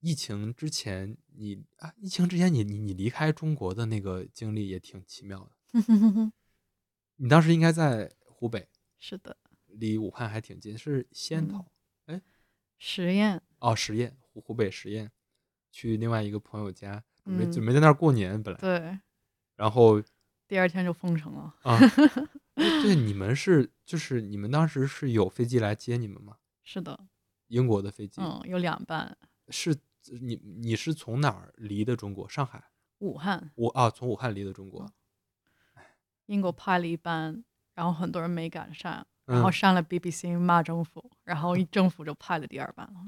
疫情之前你啊，疫情之前你你你离开中国的那个经历也挺奇妙的。 你当时应该在湖北，是的，离武汉还挺近，是嗯仙桃、实验，哦，十堰湖湖北十堰，去另外一个朋友家，准备嗯准备在那儿过年本来，对，然后第二天就封城了， 啊，哎对，你们是就是你们当时是有飞机来接你们吗？是的，嗯英国的飞机，嗯，有两班，是你你是从哪儿离的中国？上海？武汉，我啊，从武汉离的中国。英国派了一班，然后很多人没赶上，嗯然嗯后上了 BBC 骂政府，然后政府就派了第二班了。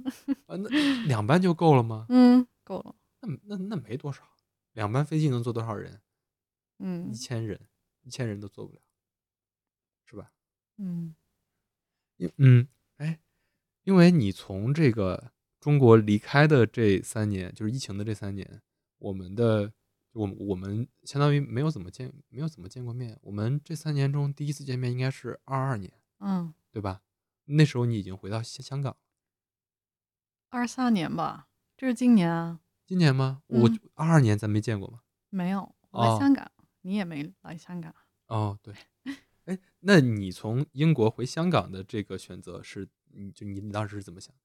啊，那两班就够了吗？嗯，够了。那那那没多少，两班飞机能坐多少人？嗯一千人，一千人都坐不了，是吧？嗯，因嗯，哎，因为你从这个中国离开的这三年，就是疫情的这三年，我们的我我们相当于没有怎么见，没有怎么见过面。我们这三年中第一次见面应该是二二年，嗯，对吧？那时候你已经回到香香港，二三年吧，这是今年啊，今年吗？我嗯二二年咱没见过吗？没有我哦来香港，你也没来香港。哦， 对，哎，那你从英国回香港的这个选择是，你就你当时是怎么想的？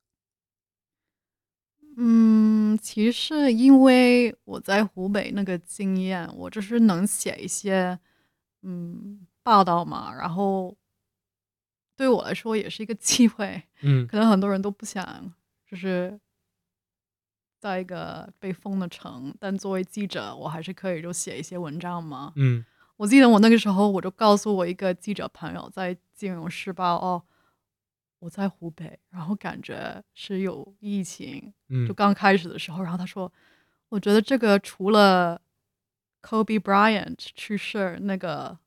嗯，其实因为我在湖北那个经验，我就是能写一些嗯报道嘛，然后对我来说也是一个 机会。嗯可能很多人都不想，就是在一个被封的城，但作为记者，我还是可以就写一些文章嘛。嗯我记得我那个时候，我就告诉我一个记者朋友在《金融时报》哦，我在湖北，然后感觉是有疫情，嗯，就刚开始的时候，然后他说，我觉得这个除了 Kobe Bryant 去世那个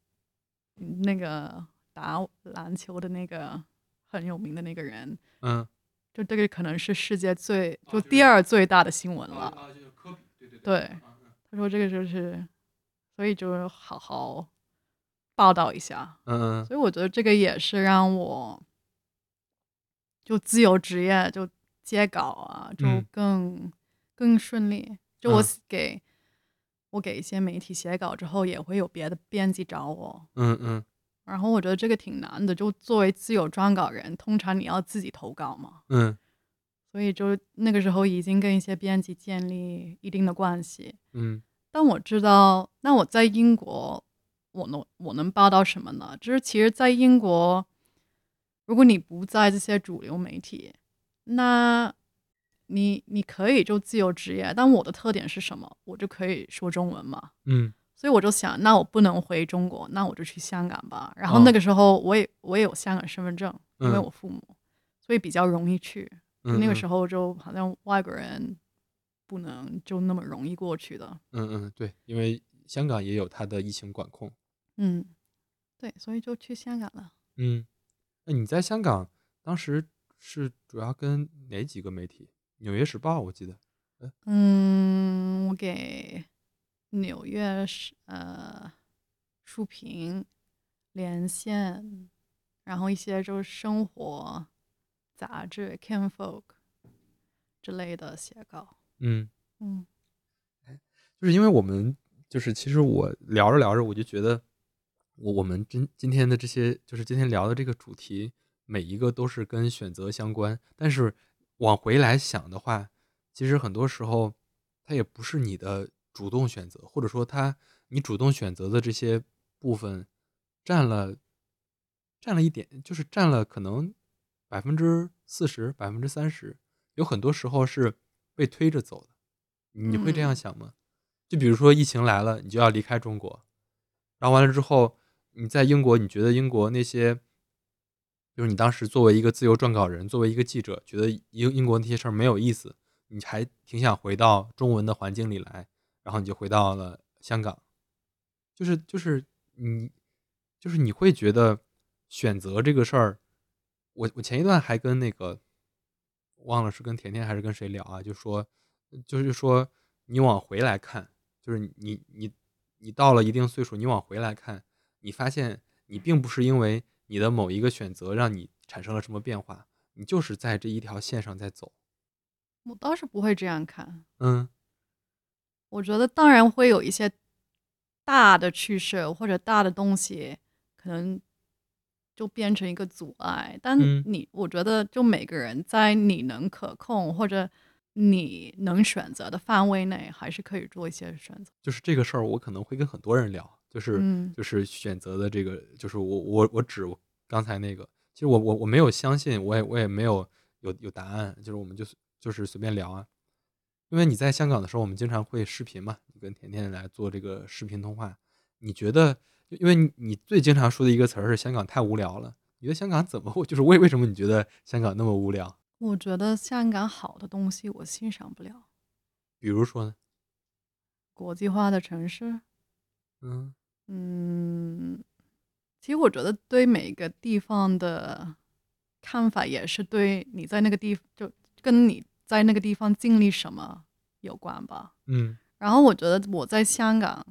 那个打篮球的那个很有名的那个人，嗯，就这个可能是世界最哦就就是第二最大的新闻了。啊，就是科比，对啊对呃对他说这个就是，所以就是好好报道一下。嗯嗯所以我觉得这个也是让我就自由职业就接稿啊，就嗯更、更顺利。就我嗯给、我给一些媒体写稿之后，也会有别的编辑找我。嗯嗯，然后我觉得这个挺难的，就作为自由撰稿人，通常你要自己投稿嘛，嗯所以就那个时候已经跟一些编辑建立一定的关系。嗯但我知道，那我在英国，我能我能报道什么呢？就是其实，在英国，如果你不在这些主流媒体，那你你可以就自由职业。但我的特点是什么？我就可以说中文嘛。嗯所以我就想，那我不能回中国，那我就去香港吧。然后哦那个时候，我也我也有香港身份证，因为嗯我父母，所以比较容易去。嗯，那个时候，候就好像外国人不能就那么容易过去的。嗯嗯，对，因为香港也有它的疫情管控，嗯，对，所以就去香港了。嗯，那你在香港当时是主要跟哪几个媒体？《纽约时报》我记得，嗯，我给纽约时呃书评、连线，然后一些就是生活杂志《Can Folk》之类的写稿。嗯，嗯就是因为我们就是其实我聊着聊着，我就觉得我我们今今天的这些就是今天聊的这个主题，每一个都是跟选择相关。但是往回来想的话，其实很多时候它也不是你的主动选择，或者说它你主动选择的这些部分占了占了一点，就是占了可能百分之四十、百分之三十，有很多时候是被推着走的。你会这样嗯想吗？就比如说疫情来了，你就要离开中国，然后完了之后，你在英国，你觉得英国那些，就是你当时作为一个自由撰稿人，作为一个记者，觉得英英国那些事儿没有意思，你还挺想回到中文的环境里来，然后你就回到了香港，就是就是你就是你会觉得选择这个事儿，我我前一段还跟那个忘了是跟甜甜还是跟谁聊啊，就说就是说你往回来看，就是你你你你到了一定岁数，你往回来看，你发现你并不是因为你的某一个选择让你产生了什么变化，你就是在这一条线上在走，我倒是不会这样看，嗯我觉得当然会有一些大的趋势或者大的东西，可能就变成一个阻碍。但嗯你，我觉得就每个人在你能可控或者你能选择的范围内，还是可以做一些选择。就是这个事儿，我可能会跟很多人聊，就是、嗯就是选择的这个，就是我我我指我刚才那个，其实我我我没有相信，我也我也没有有有答案，就是我们就随就是随便聊啊。因为你在香港的时候，我们经常会视频嘛，你跟甜甜来做这个视频通话。你觉得，因为你你最经常说的一个词儿是香港太无聊了，你觉得香港怎么会？就是为为什么你觉得香港那么无聊？我觉得香港好的东西我欣赏不了，比如说呢？国际化的城市，嗯嗯，其实我觉得对每个地方的看法也是对你在那个地就跟你在那个地方经历什么有关吧。嗯然后我觉得我在香港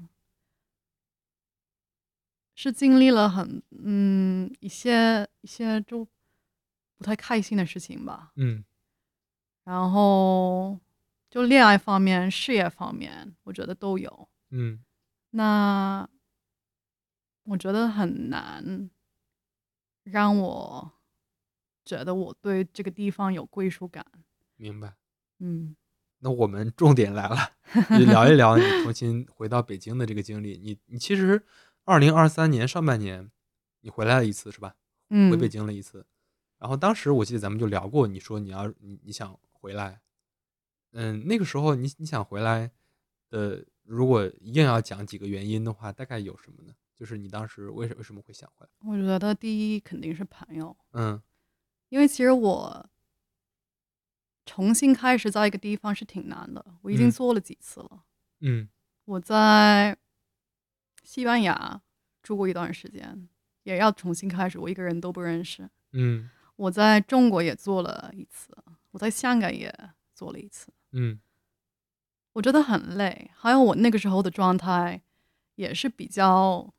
是经历了很嗯一些一些就不太开心的事情吧。嗯然后就恋爱方面、事业方面，我觉得都有。嗯那我觉得很难让我觉得我对这个地方有归属感。明白。嗯，那我们重点来了，就聊一聊你重新回到北京的这个经历。你你其实二零二三年上半年你回来了一次是吧？嗯回北京了一次。然后当时我记得咱们就聊过，你说你要你你想回来，嗯，那个时候你你想回来的，如果硬要讲几个原因的话，大概有什么呢？就是你当时为什为什么会想回来？我觉得第一肯定是朋友，嗯因为其实我重新开始在一个地方是挺难的，我已经嗯做了几次了。嗯我在西班牙住过一段时间，也要重新开始，我一个人都不认识。嗯我在中国也做了一次，我在香港也做了一次，嗯我觉得很累。还有我那个时候的状态也是比较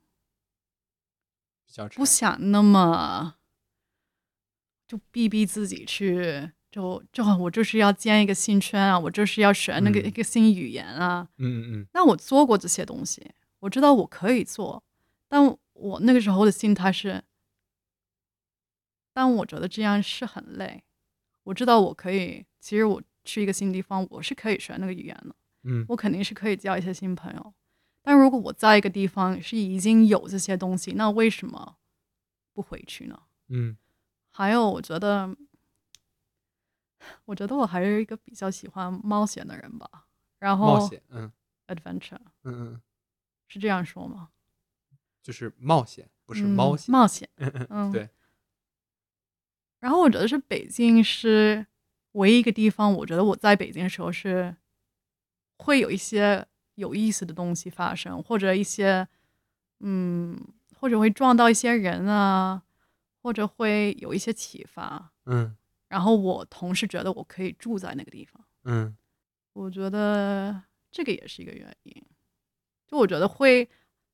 比较差不想那么就逼逼自己去，就就我就是要建一个新圈啊，我就是要学那个嗯一个新语言啊。嗯嗯那我做过这些东西，我知道我可以做，但我那个时候的心态是，但我觉得这样是很累。我知道我可以，其实我去一个新地方，我是可以学那个语言的，嗯嗯我肯定是可以交一些新朋友。但如果我在一个地方是已经有这些东西，那为什么不回去呢？嗯还有，我觉得，我觉得我还是一个比较喜欢冒险的人吧。然后冒险，嗯 adventure 嗯嗯，是这样说吗？就是冒险，不是猫嗯险。冒险。嗯对，然后我觉得是北京是唯一一个地方，我觉得我在北京的时候是会有一些有意思的东西发生，或者一些嗯，或者会撞到一些人啊，或者会有一些启发。嗯然后我同时觉得我可以住在那个地方，嗯我觉得这个也是一个原因。就我觉得会，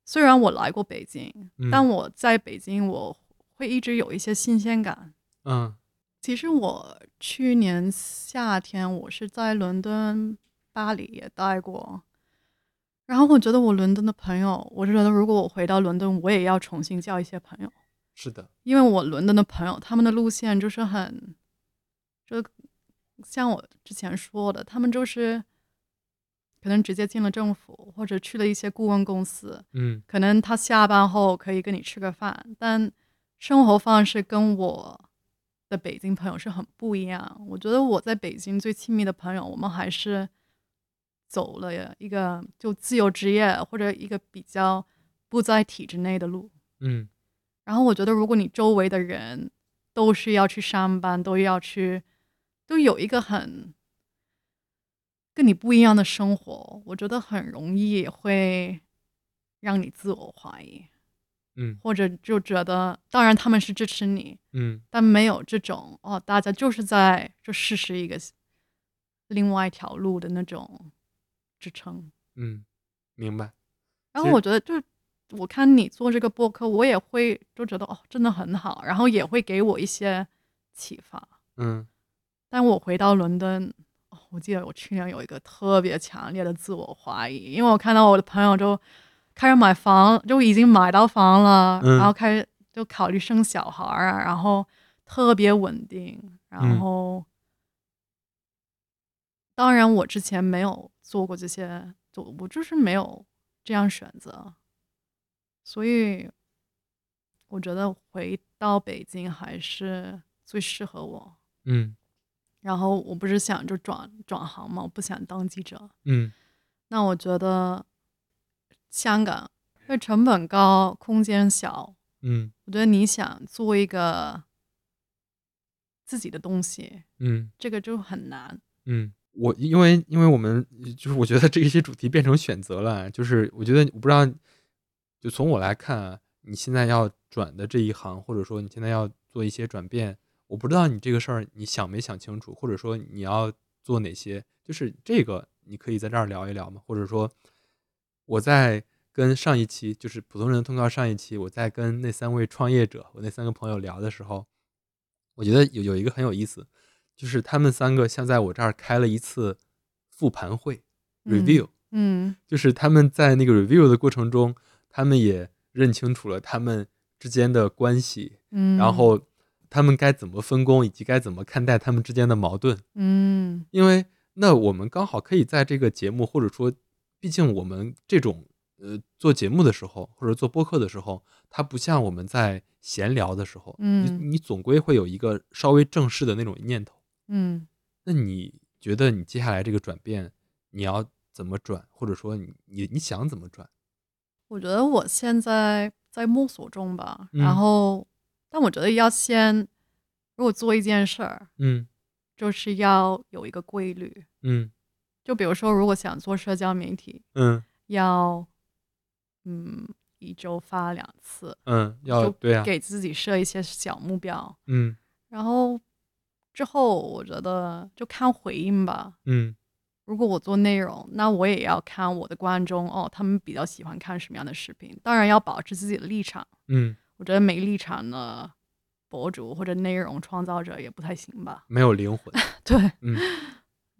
虽然我来过北京，嗯但我在北京我会一直有一些新鲜感。嗯其实我去年夏天我是在伦敦、巴黎也待过，然后我觉得我伦敦的朋友，我是觉得如果我回到伦敦，我也要重新交一些朋友，是的，因为我伦敦的朋友他们的路线就是很，就像我之前说的，他们就是可能直接进了政府，或者去了一些顾问公司，嗯可能他下班后可以跟你吃个饭，但生活方式跟我的北京朋友是很不一样。我觉得我在北京最亲密的朋友，我们还是走了一个就自由职业或者一个比较不在体制内的路。嗯然后我觉得，如果你周围的人都是要去上班，都要去，都有一个很跟你不一样的生活，我觉得很容易会让你自我怀疑，嗯或者就觉得，当然他们是支持你，嗯但没有这种哦，大家就是在就试试一个另外一条路的那种支撑。嗯，明白。然其后实我觉得就是我看你做这个播客，我也会就觉得哦，真的很好，然后也会给我一些启发。嗯但我回到伦敦，哦我记得我去年有一个特别强烈的自我怀疑，因为我看到我的朋友就开始买房，就已经买到房了，嗯然后开始就考虑生小孩儿啊，然后特别稳定，然嗯后、当然我之前没有做过这些，就我就是没有这样选择，所以我觉得回到北京还是最适合我。嗯，然后我不是想就转转行嘛，我不想当记者。嗯那我觉得香港因为成本高，空间小，嗯我觉得你想做一个自己的东西，嗯这个就很难。嗯，我因为因为我们就是我觉得这一些主题变成选择了，啊就是我觉得我不知道，就从我来看啊，你现在要转的这一行，或者说你现在要做一些转变，我不知道你这个事儿你想没想清楚，或者说你要做哪些，就是这个你可以在这儿聊一聊吗？或者说我在。跟上一期就是普通人的通告上一期，我在跟那三位创业者，我那三个朋友聊的时候，我觉得有有一个很有意思，就是他们三个像在我这儿开了一次复盘会嗯 review，、嗯就是他们在那个 review 的过程中，他们也认清楚了他们之间的关系，嗯，然后他们该怎么分工，以及该怎么看待他们之间的矛盾。嗯因为那我们刚好可以在这个节目，或者说，毕竟我们这种呃做节目的时候，或者做播客的时候，它不像我们在闲聊的时候，你嗯你总归会有一个稍微正式的那种念头。嗯那你觉得你接下来这个转变，你要怎么转，或者说你你你想怎么转？我觉得我现在在摸索中吧，嗯然后，但我觉得要先，如果做一件事儿，嗯就是要有一个规律。嗯就比如说，如果想做社交媒体，嗯要，嗯，一周发两次，嗯，要就对啊，给自己设一些小目标，嗯然后之后我觉得就看回应吧。嗯如果我做内容，那我也要看我的观众哦，他们比较喜欢看什么样的视频。当然要保持自己的立场，嗯，我觉得没立场的博主或者内容创造者也不太行吧。 没有灵魂。对，嗯。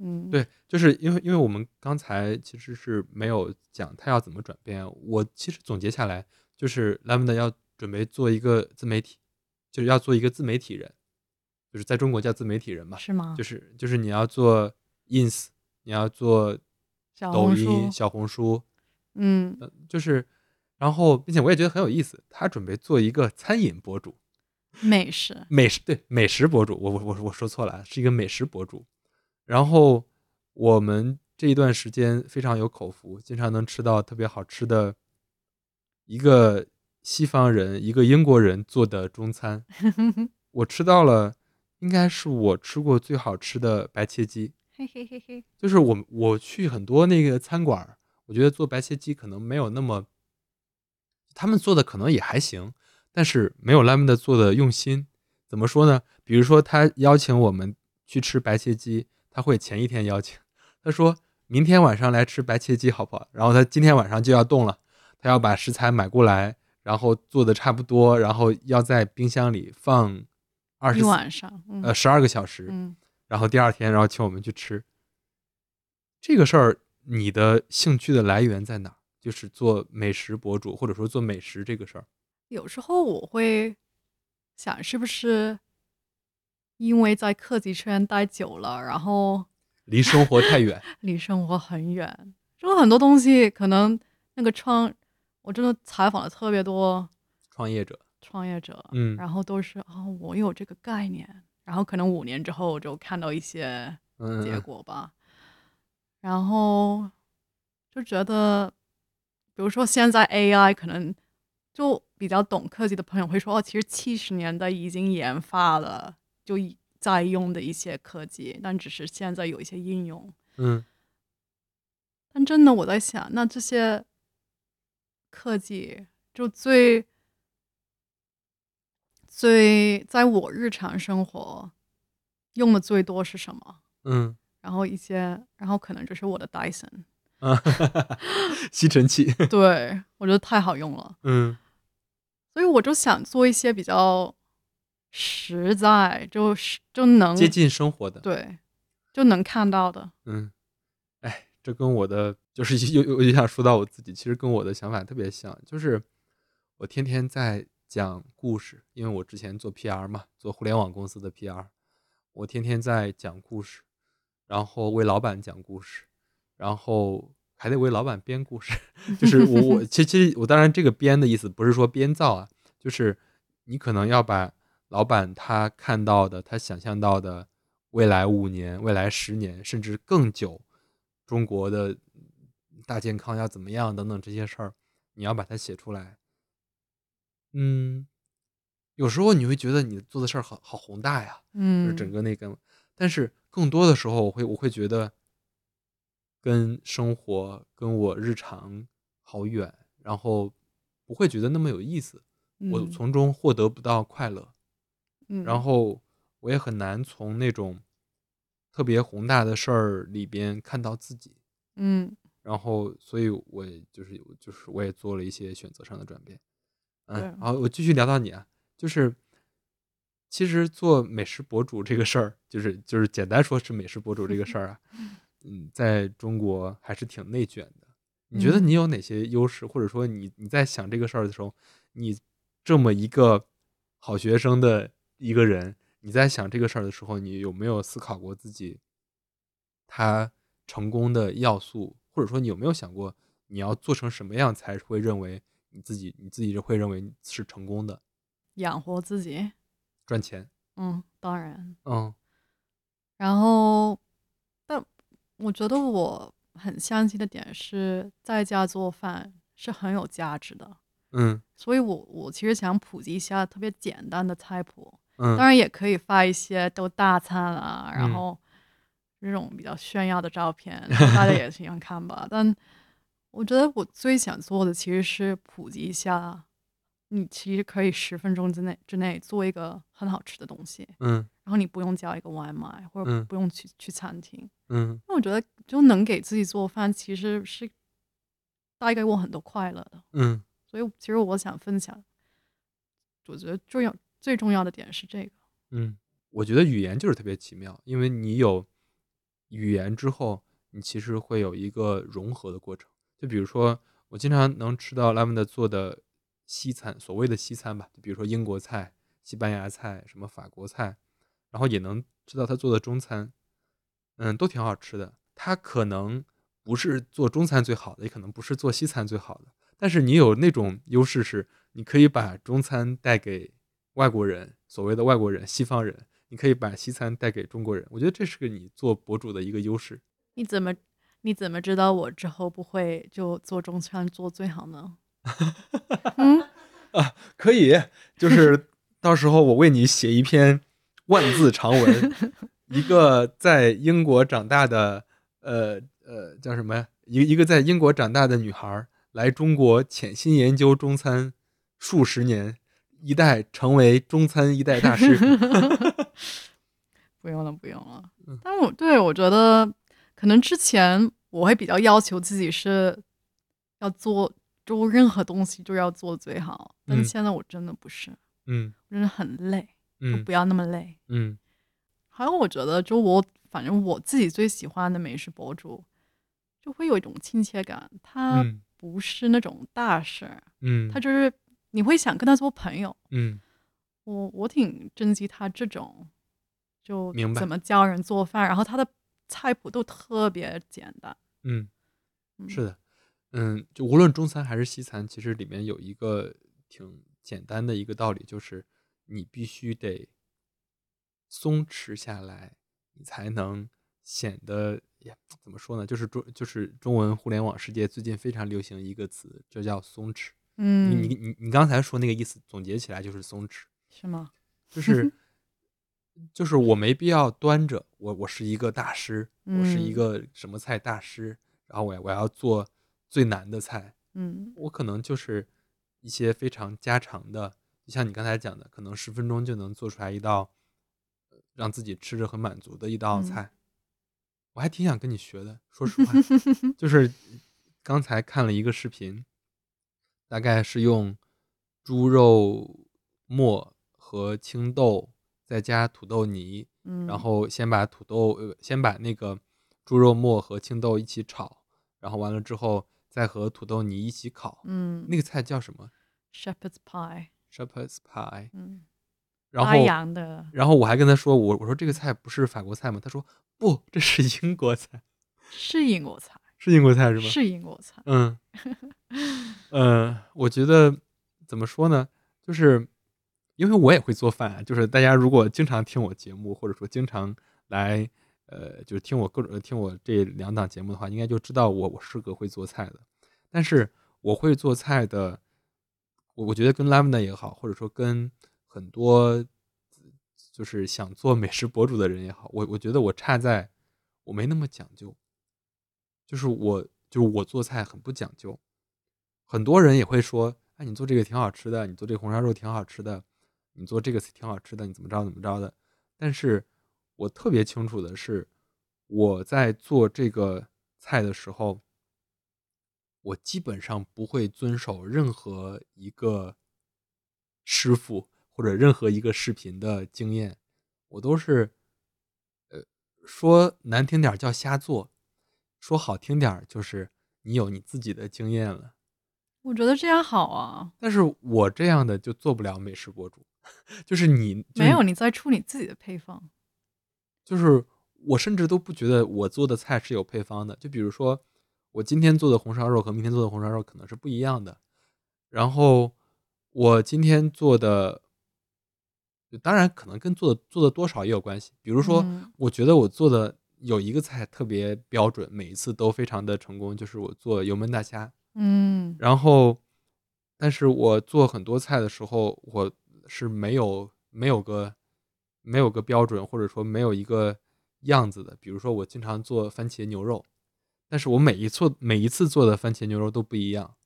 嗯，，对，就是因为因为我们刚才其实是没有讲他要怎么转变。我其实总结下来就是 Lambda 要准备做一个自媒体，就是要做一个自媒体人，就是在中国叫自媒体人嘛，是啊吗？就是就是你要做 ins，你要做小抖红音、书小红书，嗯，呃，就是然后并且我也觉得很有意思，他准备做一个餐饮博主。美食，美食对美食博主，我我我我说错了，是一个美食博主。然后我们这一段时间非常有口福，经常能吃到特别好吃的，一个西方人，一个英国人做的中餐。我吃到了，应该是我吃过最好吃的白切鸡。嘿嘿嘿嘿，就是我我去很多那个餐馆儿，我觉得做白切鸡可能没有那么，他们做的可能也还行，但是没有 Lambda 做的用心。怎么说呢？比如说他邀请我们去吃白切鸡，他会前一天邀请，他说明天晚上来吃白切鸡好不好？然后他今天晚上就要动了，他要把食材买过来，然后做的差不多，然后要在冰箱里放二一十晚上，嗯呃十二个小时，嗯，然后第二天，然后请我们去吃。这个事儿，你的兴趣的来源在哪儿？就是做美食博主，或者说做美食这个事儿。有时候我会想，是不是因为在科技圈待久了，然后 离生活太远，离生活很远，就很多东西可能那个创，我真的采访了特别多创业者，创业者，嗯然后都是啊、我有这个概念，然后可能五年之后就看到一些嗯，结果吧，然后就觉得，比如说现在 AI 可能就比较懂科技的朋友会说，哦，其实七十年代已经研发了，就已在用的一些科技，但只是现在有一些应用。嗯但真的我在想，那这些科技就最最在我日常生活用的最多是什么？嗯然后一些，然后可能就是我 的 Dyson，啊， 吸尘器，对我觉得太好用了， 嗯所以我就想做一些比较实在，就是就能接近生活的，对，就能看到的，嗯，哎，这跟我的就是 又又又想说到我自己，其实跟我的想法特别像，就是我天天在讲故事，因为我之前做 PR 嘛，做互联网公司的 PR，我天天在讲故事，然后为老板讲故事，然后还得为老板编故事， 就是我我其实其实我当然这个编的意思不是说编造啊，就是你可能要把老板他看到的、他想象到的未来五年、未来十年甚至更久，中国的大健康要怎么样等等这些事儿，你要把它写出来。嗯，有时候你会觉得你做的事儿好好宏大呀，就是嗯，整个那个，但是更多的时候，我会我会觉得跟生活跟我日常好远，然后不会觉得那么有意思，我嗯从中获得不到快乐。嗯然后我也很难从那种特别宏大的事儿里边看到自己，嗯然后所以我也就是就是我也做了一些选择上的转变，对嗯，好，我继续聊到你啊，就是其实做美食博主这个事儿，就是就是简单说是美食博主这个事儿啊，嗯，在中国还是挺内卷的。你觉得嗯你有哪些优势，或者说你你在想这个事儿的时候，你这么一个好学生的一个人，你在想这个事儿的时候，你有没有思考过自己他成功的要素，或者说你有没有想过你要做成什么样才会认为你自己你自己会认为你是成功的，养活自己，赚钱？嗯，当然，嗯然后，但我觉得我很相信的点是，在家做饭是很有价值的。嗯所以我我其实想普及一下特别简单的菜谱，嗯，当然也可以发一些都大餐啊，嗯然后这种比较炫耀的照片，大家也喜欢看吧。但我觉得我最想做的其实是普及一下，你其实可以十分钟之内之内做一个很好吃的东西。嗯然后你不用叫一个外卖，或者嗯不用去、去餐厅。嗯那我觉得就能给自己做饭，其实是带给我很多快乐的。嗯所以其实我想分享，我觉得重要最重要的点是这个。嗯，我觉得语言就是特别奇妙，因为你有语言之后，你其实会有一个融合的过程。就比如说，我经常能吃到 Lavender 做的西餐，所谓的西餐吧，就比如说英国菜、西班牙菜、什么法国菜，然后也能吃到他做的中餐，嗯，都挺好吃的。他可能不是做中餐最好的，也可能不是做西餐最好的，但是你有那种优势是，你可以把中餐带给外国人，所谓的外国人、西方人，你可以把西餐带给中国人。我觉得这是个你做博主的一个优势。你怎么你怎么知道我之后不会就做中餐做最好 呢？嗯，可以， 就是到时候我为你写一篇万字长文， 一个在英国长大的呃呃叫什么呀？一个一个在英国长大的女孩儿来中国潜心研究中餐数十年，一代成为中餐一代大 师。不用了，不用了嗯。但我对我觉得，可能之前我会比较要求自己是要做，就任何东西就要做最好。但嗯现在我真的不是，嗯我真的很累，就嗯不要那么累。嗯还有，我觉得就我反正我自己最喜欢的美食博主，就会有一种亲切感。他嗯不是那种大事儿，嗯，啊他就是你会想跟他做朋友。嗯我我挺珍惜他这种，就明白怎么教人做饭，然后他的菜谱都特别简单。嗯嗯、是的，嗯，就无论中餐还是西餐，其实里面有一个挺简单的一个道理，就是你必须得松弛下来，你才能显得也怎么说呢？就是中就是中文互联网世界最近非常流行一个词，就叫松弛。你嗯你，你你刚才说那个意思，总结起来就是松弛。是吗？就是就是我没必要端着我我是一个大师，我是一嗯个什么菜大师，然后我我要做最难的菜，嗯我可能就是一些非常家常的，就像你刚才讲的，可能十分钟就能做出来一道呃让自己吃着很满足的一道嗯菜。我还挺想跟你学的，说实话，就是刚才看了一个视频，大概是用猪肉末和青豆，再加土豆泥，嗯，然后先把土豆，呃，先把那个猪肉末和青豆一起炒，然后完了之后再和土豆泥一起烤。嗯，那个菜叫什么 shepherd's pie， ？shepherd's pie。嗯，然巴后，扬的，然后我还跟他说，我我说这个菜不是法国菜吗？他说不，这是英国菜，是英国菜，是英国菜是吗？是英国菜。嗯，呃，我觉得怎么说呢，就是因为我也会做饭啊，就是大家如果经常听我节目，或者说经常来呃，就是听我各种听我这两档节目的话，应该就知道我我是个会做菜的。但是我会做菜的，我我觉得跟 Lavna 也好，或者说跟很多就是想做美食博主的人也好，我我觉得我差在我没那么讲究，就是我就是我做菜很不讲究。很多人也会说，哎，你做这个挺好吃的，你做这个红烧肉挺好吃的，你做这个挺好吃的，你怎么着怎么着的。但是我特别清楚的是，我在做这个菜的时候，我基本上不会遵守任何一个师傅或者任何一个视频的经验，我都是，呃，说难听点儿叫瞎做，说好听点儿就是你有你自己的经验了。我觉得这样好啊，但是我这样的就做不了美食博主， 就是你就是没有你在出你自己的配方，就是我甚至都不觉得我做的菜是有配方的。就比如说，我今天做的红烧肉和明天做的红烧肉可能是不一样的。然后我今天做的，就当然可能跟做的做的多少也有关系。比如说嗯，我觉得我做的有一个菜特别标准，每一次都非常的成功，就是我做油焖大虾。嗯然后，但是我做很多菜的时候，我是没有没有个没有个标准，或者说没有一个样子的。比如说，我经常做番茄牛肉，但是我每一次每一次做的番茄牛肉都不一样。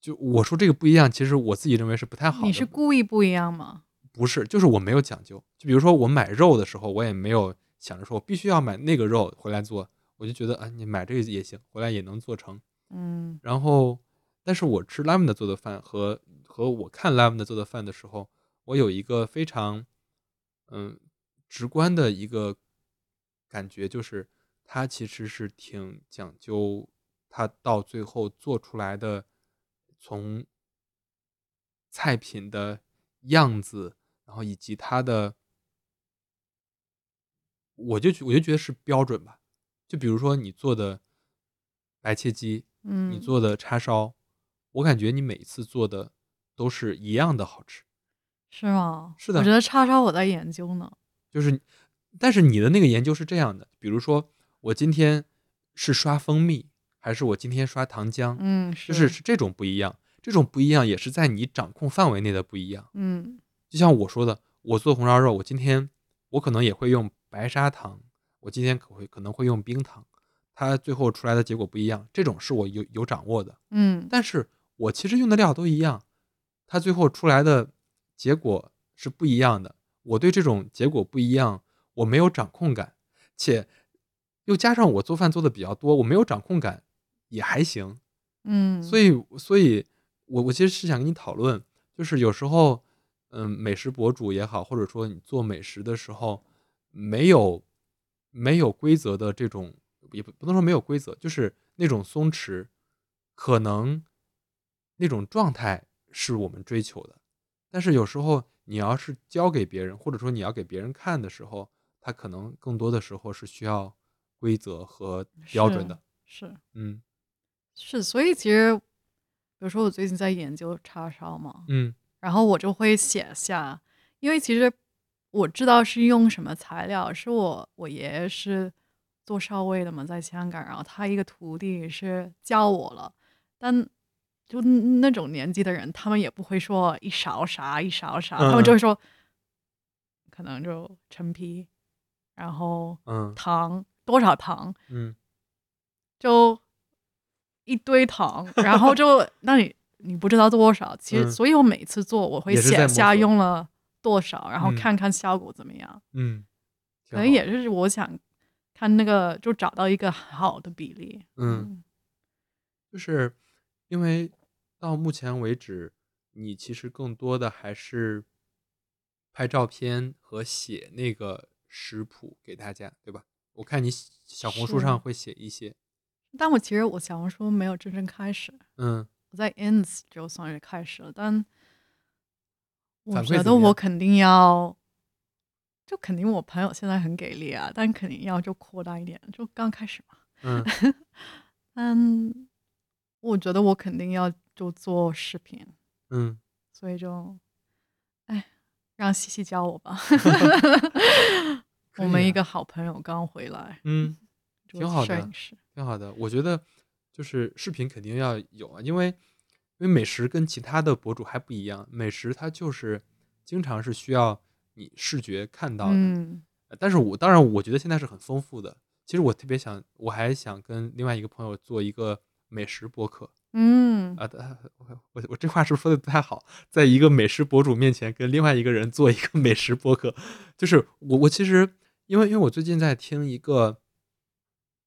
就我说这个不一样，其实我自己认为是不太好的。你是故意不一样吗？不是，就是我没有讲究。就比如说我买肉的时候，我也没有想着说我必须要买那个肉回来做，我就觉得啊，你买这个也行，回来也能做成。嗯然后，但是我吃 Lavender 做的饭和和我看 Lavender 做的饭的时候，我有一个非常嗯直观的一个感觉，就是它其实是挺讲究它到最后做出来的从菜品的样子，然后以及它的，我就觉我就觉得是标准吧。就比如说你做的白切鸡，嗯，你做的叉烧，我感觉你每次做的都是一样的好吃。是吗？是的我觉得叉烧我在研究呢。就是，但是你的那个研究是这样的，比如说我今天是刷蜂蜜，还是我今天刷糖浆，嗯，就是是这种不一样。这种不一样也是在你掌控范围内的不一样。嗯就像我说的，我做红烧肉，我今天我可能也会用白砂糖，我今天可会可能会用冰糖，它最后出来的结果不一样，这种是我有有掌握的。嗯但是我其实用的料都一样，它最后出来的结果是不一样的。我对这种结果不一样，我没有掌控感，且又加上我做饭做的比较多，我没有掌控感也还行。嗯，所以，所以我我其实是想跟你讨论，就是有时候，嗯，美食博主也好，或者说你做美食的时候，没有没有规则的这种，也不不能说没有规则，就是那种松弛，可能那种状态是我们追求的，但是有时候你要是教给别人，或者说你要给别人看的时候，他可能更多的时候是需要规则和标准的，是是嗯是，所以其实，比如说我最近在研究叉烧嘛，嗯然后我就会写下，因为其实我知道是用什么材料，是我我爷爷是做少尉的嘛，在香港，然后他一个徒弟是教我了，但。就嗯那种年纪的人，他们也不会说一勺啥一勺啥，他嗯嗯们就会说，可能就陈皮，然后嗯糖多少糖，嗯就一堆糖，然后就那你你不知道多少，其实、嗯所以我每次做我会也是在写摸下索用了多少，然后嗯看看效果怎么样。嗯，挺可能好也是我想看那个，就找到一个好的比例。嗯，就是因为到目前为止，你其实更多的还是拍照片和写那个食谱给大家，对吧？我看你小小红书是上会写一些，但我其实我小红书没有真正开始，嗯我在 ins 就算是开始了，但我反馈觉怎得么我样肯定要，就肯定我朋友现在很给力啊，但肯定要就扩大一点，就刚开始嘛。嗯嗯，我觉得我肯定要就做视频，嗯， 所以就，哎，让西西教我吧。我们一个好朋友刚回来， 嗯，做啊挺好的摄影师，挺好的。我觉得就是视频肯定要有啊，因为因为美食跟其他的博主还不一样，美食它就是经常是需要你视觉看到的。嗯呃但是我当然我觉得现在是很丰富的。其实我特别想，我还想跟另外一个朋友做一个美食播客嗯，啊、呃我我我这话是不是说的不太好？在一个美食博主面前跟另外一个人做一个 美食播客，就是我我其实因为因为我最近在听一个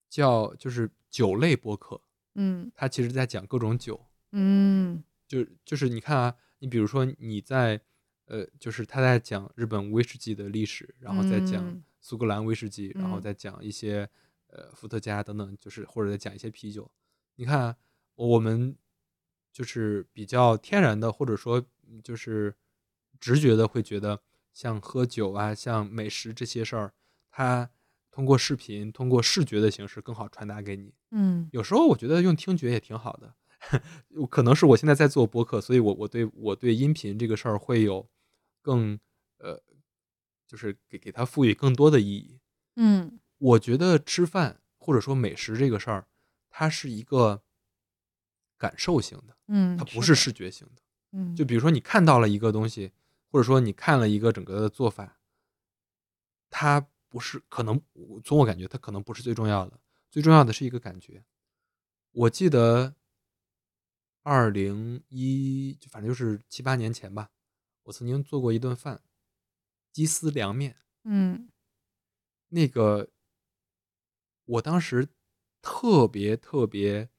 叫就是酒类播客，嗯它其实在讲各种酒，嗯就就是你看啊，你比如说你在呃，就是他在讲日本威士忌的历史，然后再讲嗯苏格兰威士忌，然后嗯再讲一些呃伏特加等等，就是或者再讲一些啤酒。你看啊我们就是比较天然的，或者说嗯就是直觉的会觉得，像喝酒啊，像美食这些事儿，它通过视频，通过视觉的形式更好传达给你。嗯有时候我觉得用听觉也挺好的， 我可能是我现在在做播客，所以我我对我对音频这个事儿会有更呃，就是给给它赋予更多的意义。嗯我觉得吃饭或者说美食这个事儿，它是一个感受型的，嗯，它不是的视觉型的。嗯就比如说你看到了一个东西，或者说你看了一个整个的做法，它不是可能我从我感觉它可能不是最重要的，最重要的是一个感觉。我记得二零一就反正就是七八年前吧，我曾经做过一顿饭，鸡丝凉面，嗯那个我当时特别特别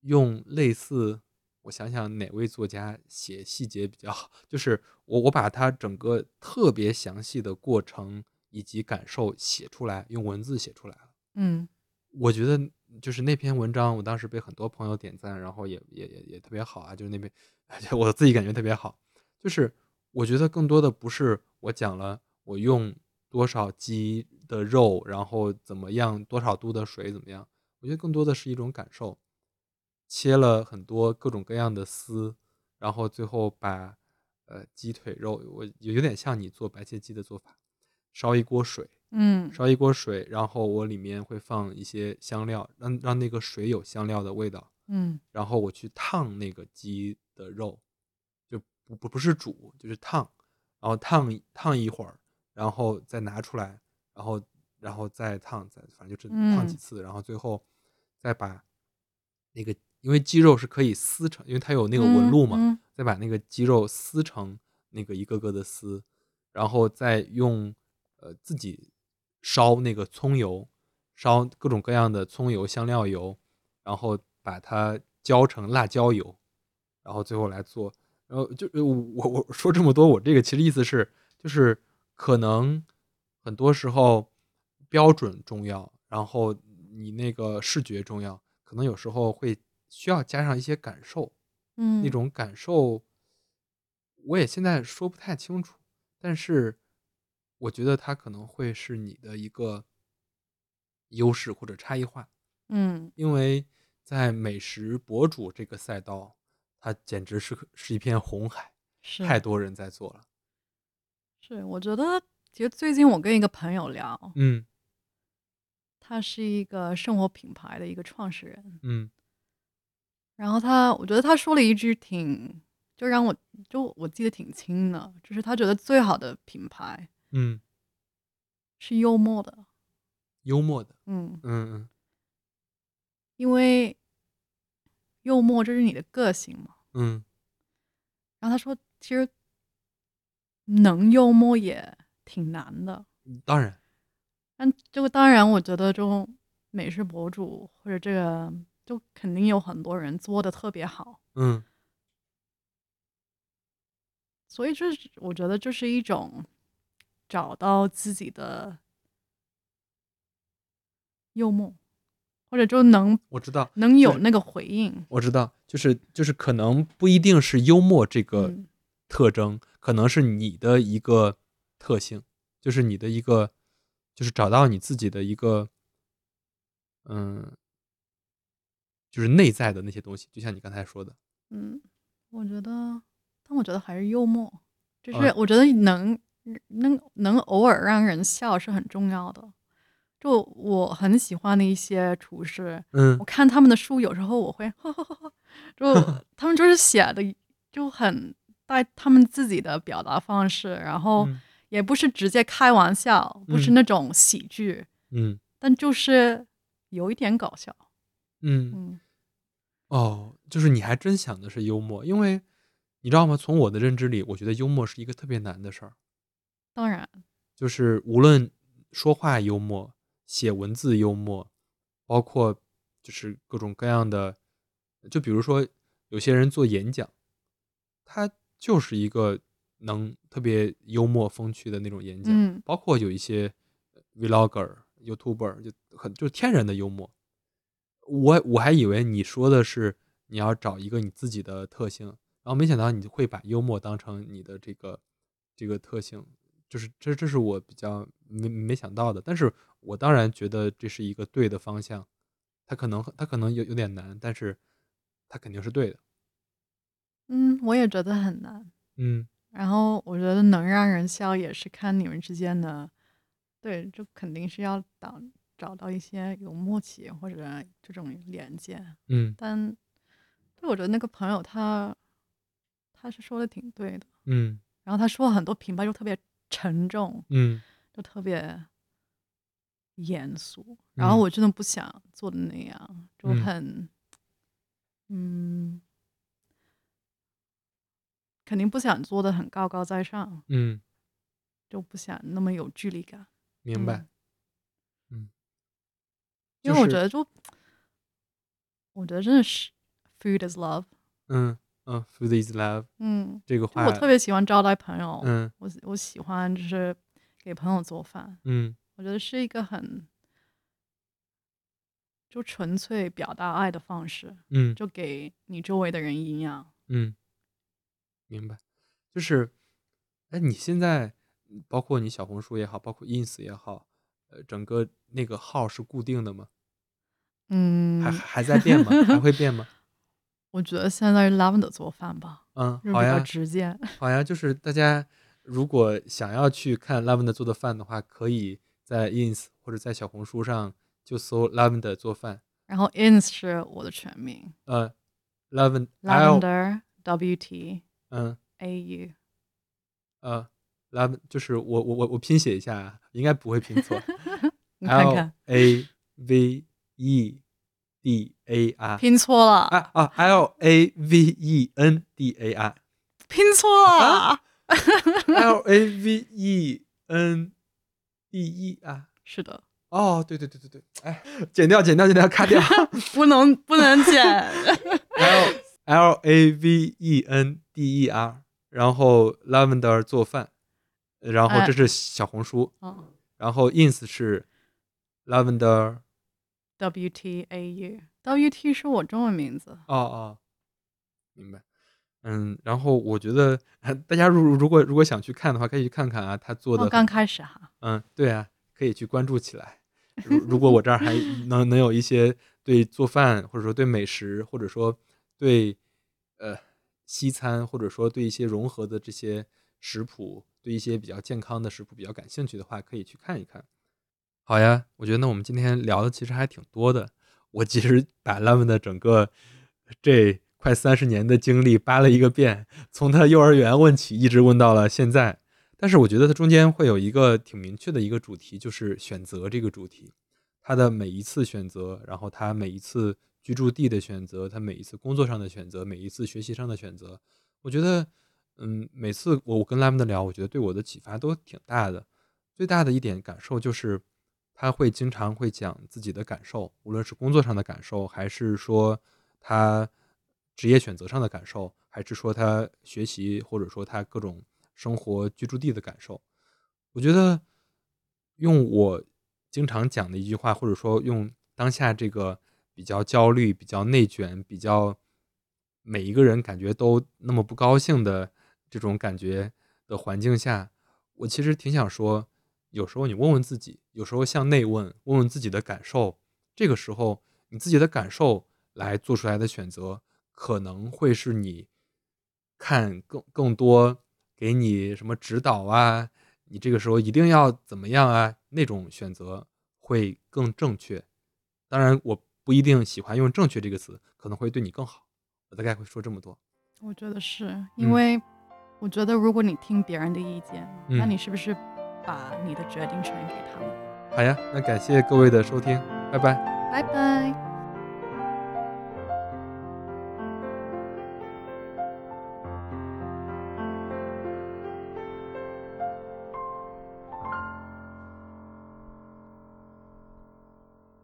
用类似，我想想哪位作家写细节比较好，就是我我把它整个特别详细的过程以及感受写出来，用文字写出来了。嗯我觉得就是那篇文章，我当时被很多朋友点赞，然后也也也也特别好啊，就是那边 就我自己感觉特别好。就是我觉得更多的不是我讲了我用多少鸡的肉，然后怎么样多少度的水怎么样，我觉得更多的是一种感受。切了很多各种各样的丝，然后最后把呃鸡腿肉，我有点像你做白切鸡的做法，烧一锅水，嗯烧一锅水，然后我里面会放一些香料，让让那个水有香料的味道，嗯然后我去烫那个鸡的肉，就不不不是煮，就是烫，然后烫一烫一会儿，然后再拿出来，然后然后再烫，再反正就是烫几嗯次，然后最后再把那个，因为鸡肉是可以撕成，因为它有那个纹路嘛，嗯再把那个鸡肉撕成那个一个个的丝，然后再用呃自己烧那个葱油，烧各种各样的葱油、香料油，然后把它浇成辣椒油，然后最后来做。然后就呃我我我说这么多，我这个其实意思是，就是可能很多时候标准重要，然后你那个视觉重要，可能有时候会需要加上一些感受。嗯那种感受，我也现在说不太清楚，但是我觉得它可能会是你的一个优势或者差异化，嗯因为在美食博主这个赛道，它简直是个是一片红海，是太多人在做了。是，我觉得其实最近我跟一个朋友聊，嗯他是一个生活品牌的一个创始人，嗯然后他我觉得他说了一句挺就让我就我记得挺清的，就是他觉得最好的品牌嗯，是幽默的，幽默的，嗯，嗯嗯因为幽默这是你的个性嘛。嗯然后他说，其实能幽默也挺难的，嗯，当然，但这个当然，我觉得这种美食博主或者这个，就肯定有很多人做的特别好，嗯所以这是我觉得这是一种找到自己的幽默，或者就能我知道，能就有是那个回应。我知道，就是就是可能不一定是幽默这个嗯特征，可能是你的一个特性，就是你的一个，就是找到你自己的一个，嗯，就是内在的那些东西，就像你刚才说的，嗯，我觉得，但我觉得还是幽默，就是啊我觉得能能能偶尔让人笑是很重要的。就我很喜欢的一些厨师，嗯我看他们的书，有时候我会， 就他们就是写的就很带他们自己的表达方式，然后嗯也不是直接开玩笑，不是嗯那种喜剧，嗯但就是有一点搞笑。嗯，嗯哦，就是你还真想的是幽默，因为你知道吗？从我的认知里，我觉得幽默是一个特别难的事儿，当然，就是无论说话幽默、写文字幽默，包括就是各种各样的，就比如说有些人做演讲，他就是一个能特别幽默风趣的那种演讲，嗯包括有一些 vlogger、YouTuber 就很就是天然的幽默。我我还以为你说的是你要找一个你自己的特性，然后没想到你会把幽默当成你的这个这个特性，就是这这是我比较没没想到的。但是我当然觉得这是一个对的方向，它可能它可能有有点难，但是它肯定是对的。嗯，我也觉得很难。嗯然后我觉得能让人笑也是看你们之间的，对，就肯定是要找找到一些有默契或者这种连接。嗯但对我觉得那个朋友他他是说的挺对的，嗯然后他说很多评判就特别沉重，嗯就特别严肃，然后嗯我真的不想做的那样，就嗯很嗯。肯定不想做的很高高在上，嗯，就不想那么有距离感，明白。嗯就因为我是觉得就，我觉得真的是 food is love。嗯嗯，food is love 嗯，这个就话，我特别喜欢招待朋友，哎嗯我喜我喜欢就是给朋友做饭，嗯我觉得是一个很就纯粹表达爱的方式，嗯就给你周围的人营养。嗯，明白。就是，哎，你现在包括你小红书也好，包括 ins 也好，呃，整个那个号是固定的吗？嗯还，还在变吗？还会变 吗？我觉得现在 love 的做饭吧，嗯，就是好比较呀，直接。好呀，就是大家如果想要去看 Lavender 做的饭的话，可以在 Ins 或者在小红书上就搜 Lavender 做饭，然后 ins 是我的全名呃，Lavend L ，lavender w t 嗯 a u。呃 Lav 就是我我我我拼写一下啊，应该不会拼错你看，L 看， A V E D A R 拼错了，啊啊 L A V E N D A R 拼错了，啊 L A V E N D E R 是的，哦，对对对对对，哎，剪掉剪掉剪掉，卡 掉。不能不能 剪， L L A V E N D E R，然后 Lavender 做饭，然后哎这是小红书，嗯然后 Ins 是 Lavender， w t a u w t 是我中文名字，哦哦，明白。嗯，然后我觉得 大家如如果如果想去看的话，可以去看看啊，他做我的哦刚开始哈，嗯，对啊，可以去关注起来。如如果我这儿还能能有一些对做饭，或者说对美食，或者说对呃西餐，或者说对一些融合的这些食谱，对一些比较健康的食谱比较感兴趣的话，可以去看一看。好呀，我觉得那我们今天聊的其实还挺多的。我其实把 l e v 的整个这快三十年的经历扒了一个遍，从他幼儿园问起，一直问到了现在。但是我觉得它中间会有一个挺明确的一个主题，就是选择这个主题，它的每一次选择，然后它每一次居住地的选择，它每一次工作上的选择，每一次学习上的选择，我觉得，嗯，每次我我跟拉姆的聊，我觉得对我的启发都挺大的。最大的一点感受就是，他会经常会讲自己的感受，无论是工作上的感受，还是说他职业选择上的感受，还是说他学习或者说他各种生活居住地的感受。我觉得用我经常讲的一句话，或者说用当下这个比较焦虑、比较内卷、比较每一个人感觉都那么不高兴的这种感觉的环境下，我其实挺想说，有时候你问问自己，有时候向内问，问问自己的感受，这个时候你自己的感受来做出来的选择，可能会是你看更更多给你什么指导啊，你这个时候一定要怎么样啊？那种选择会更正确。当然，我不一定喜欢用“正确”这个词，可能会对你更好。我大概会说这么多。我觉得是因为，我觉得如果你听别人的意见，嗯那你是不是把你的决定权给他们？好呀，那感谢各位的收听，拜拜。拜拜。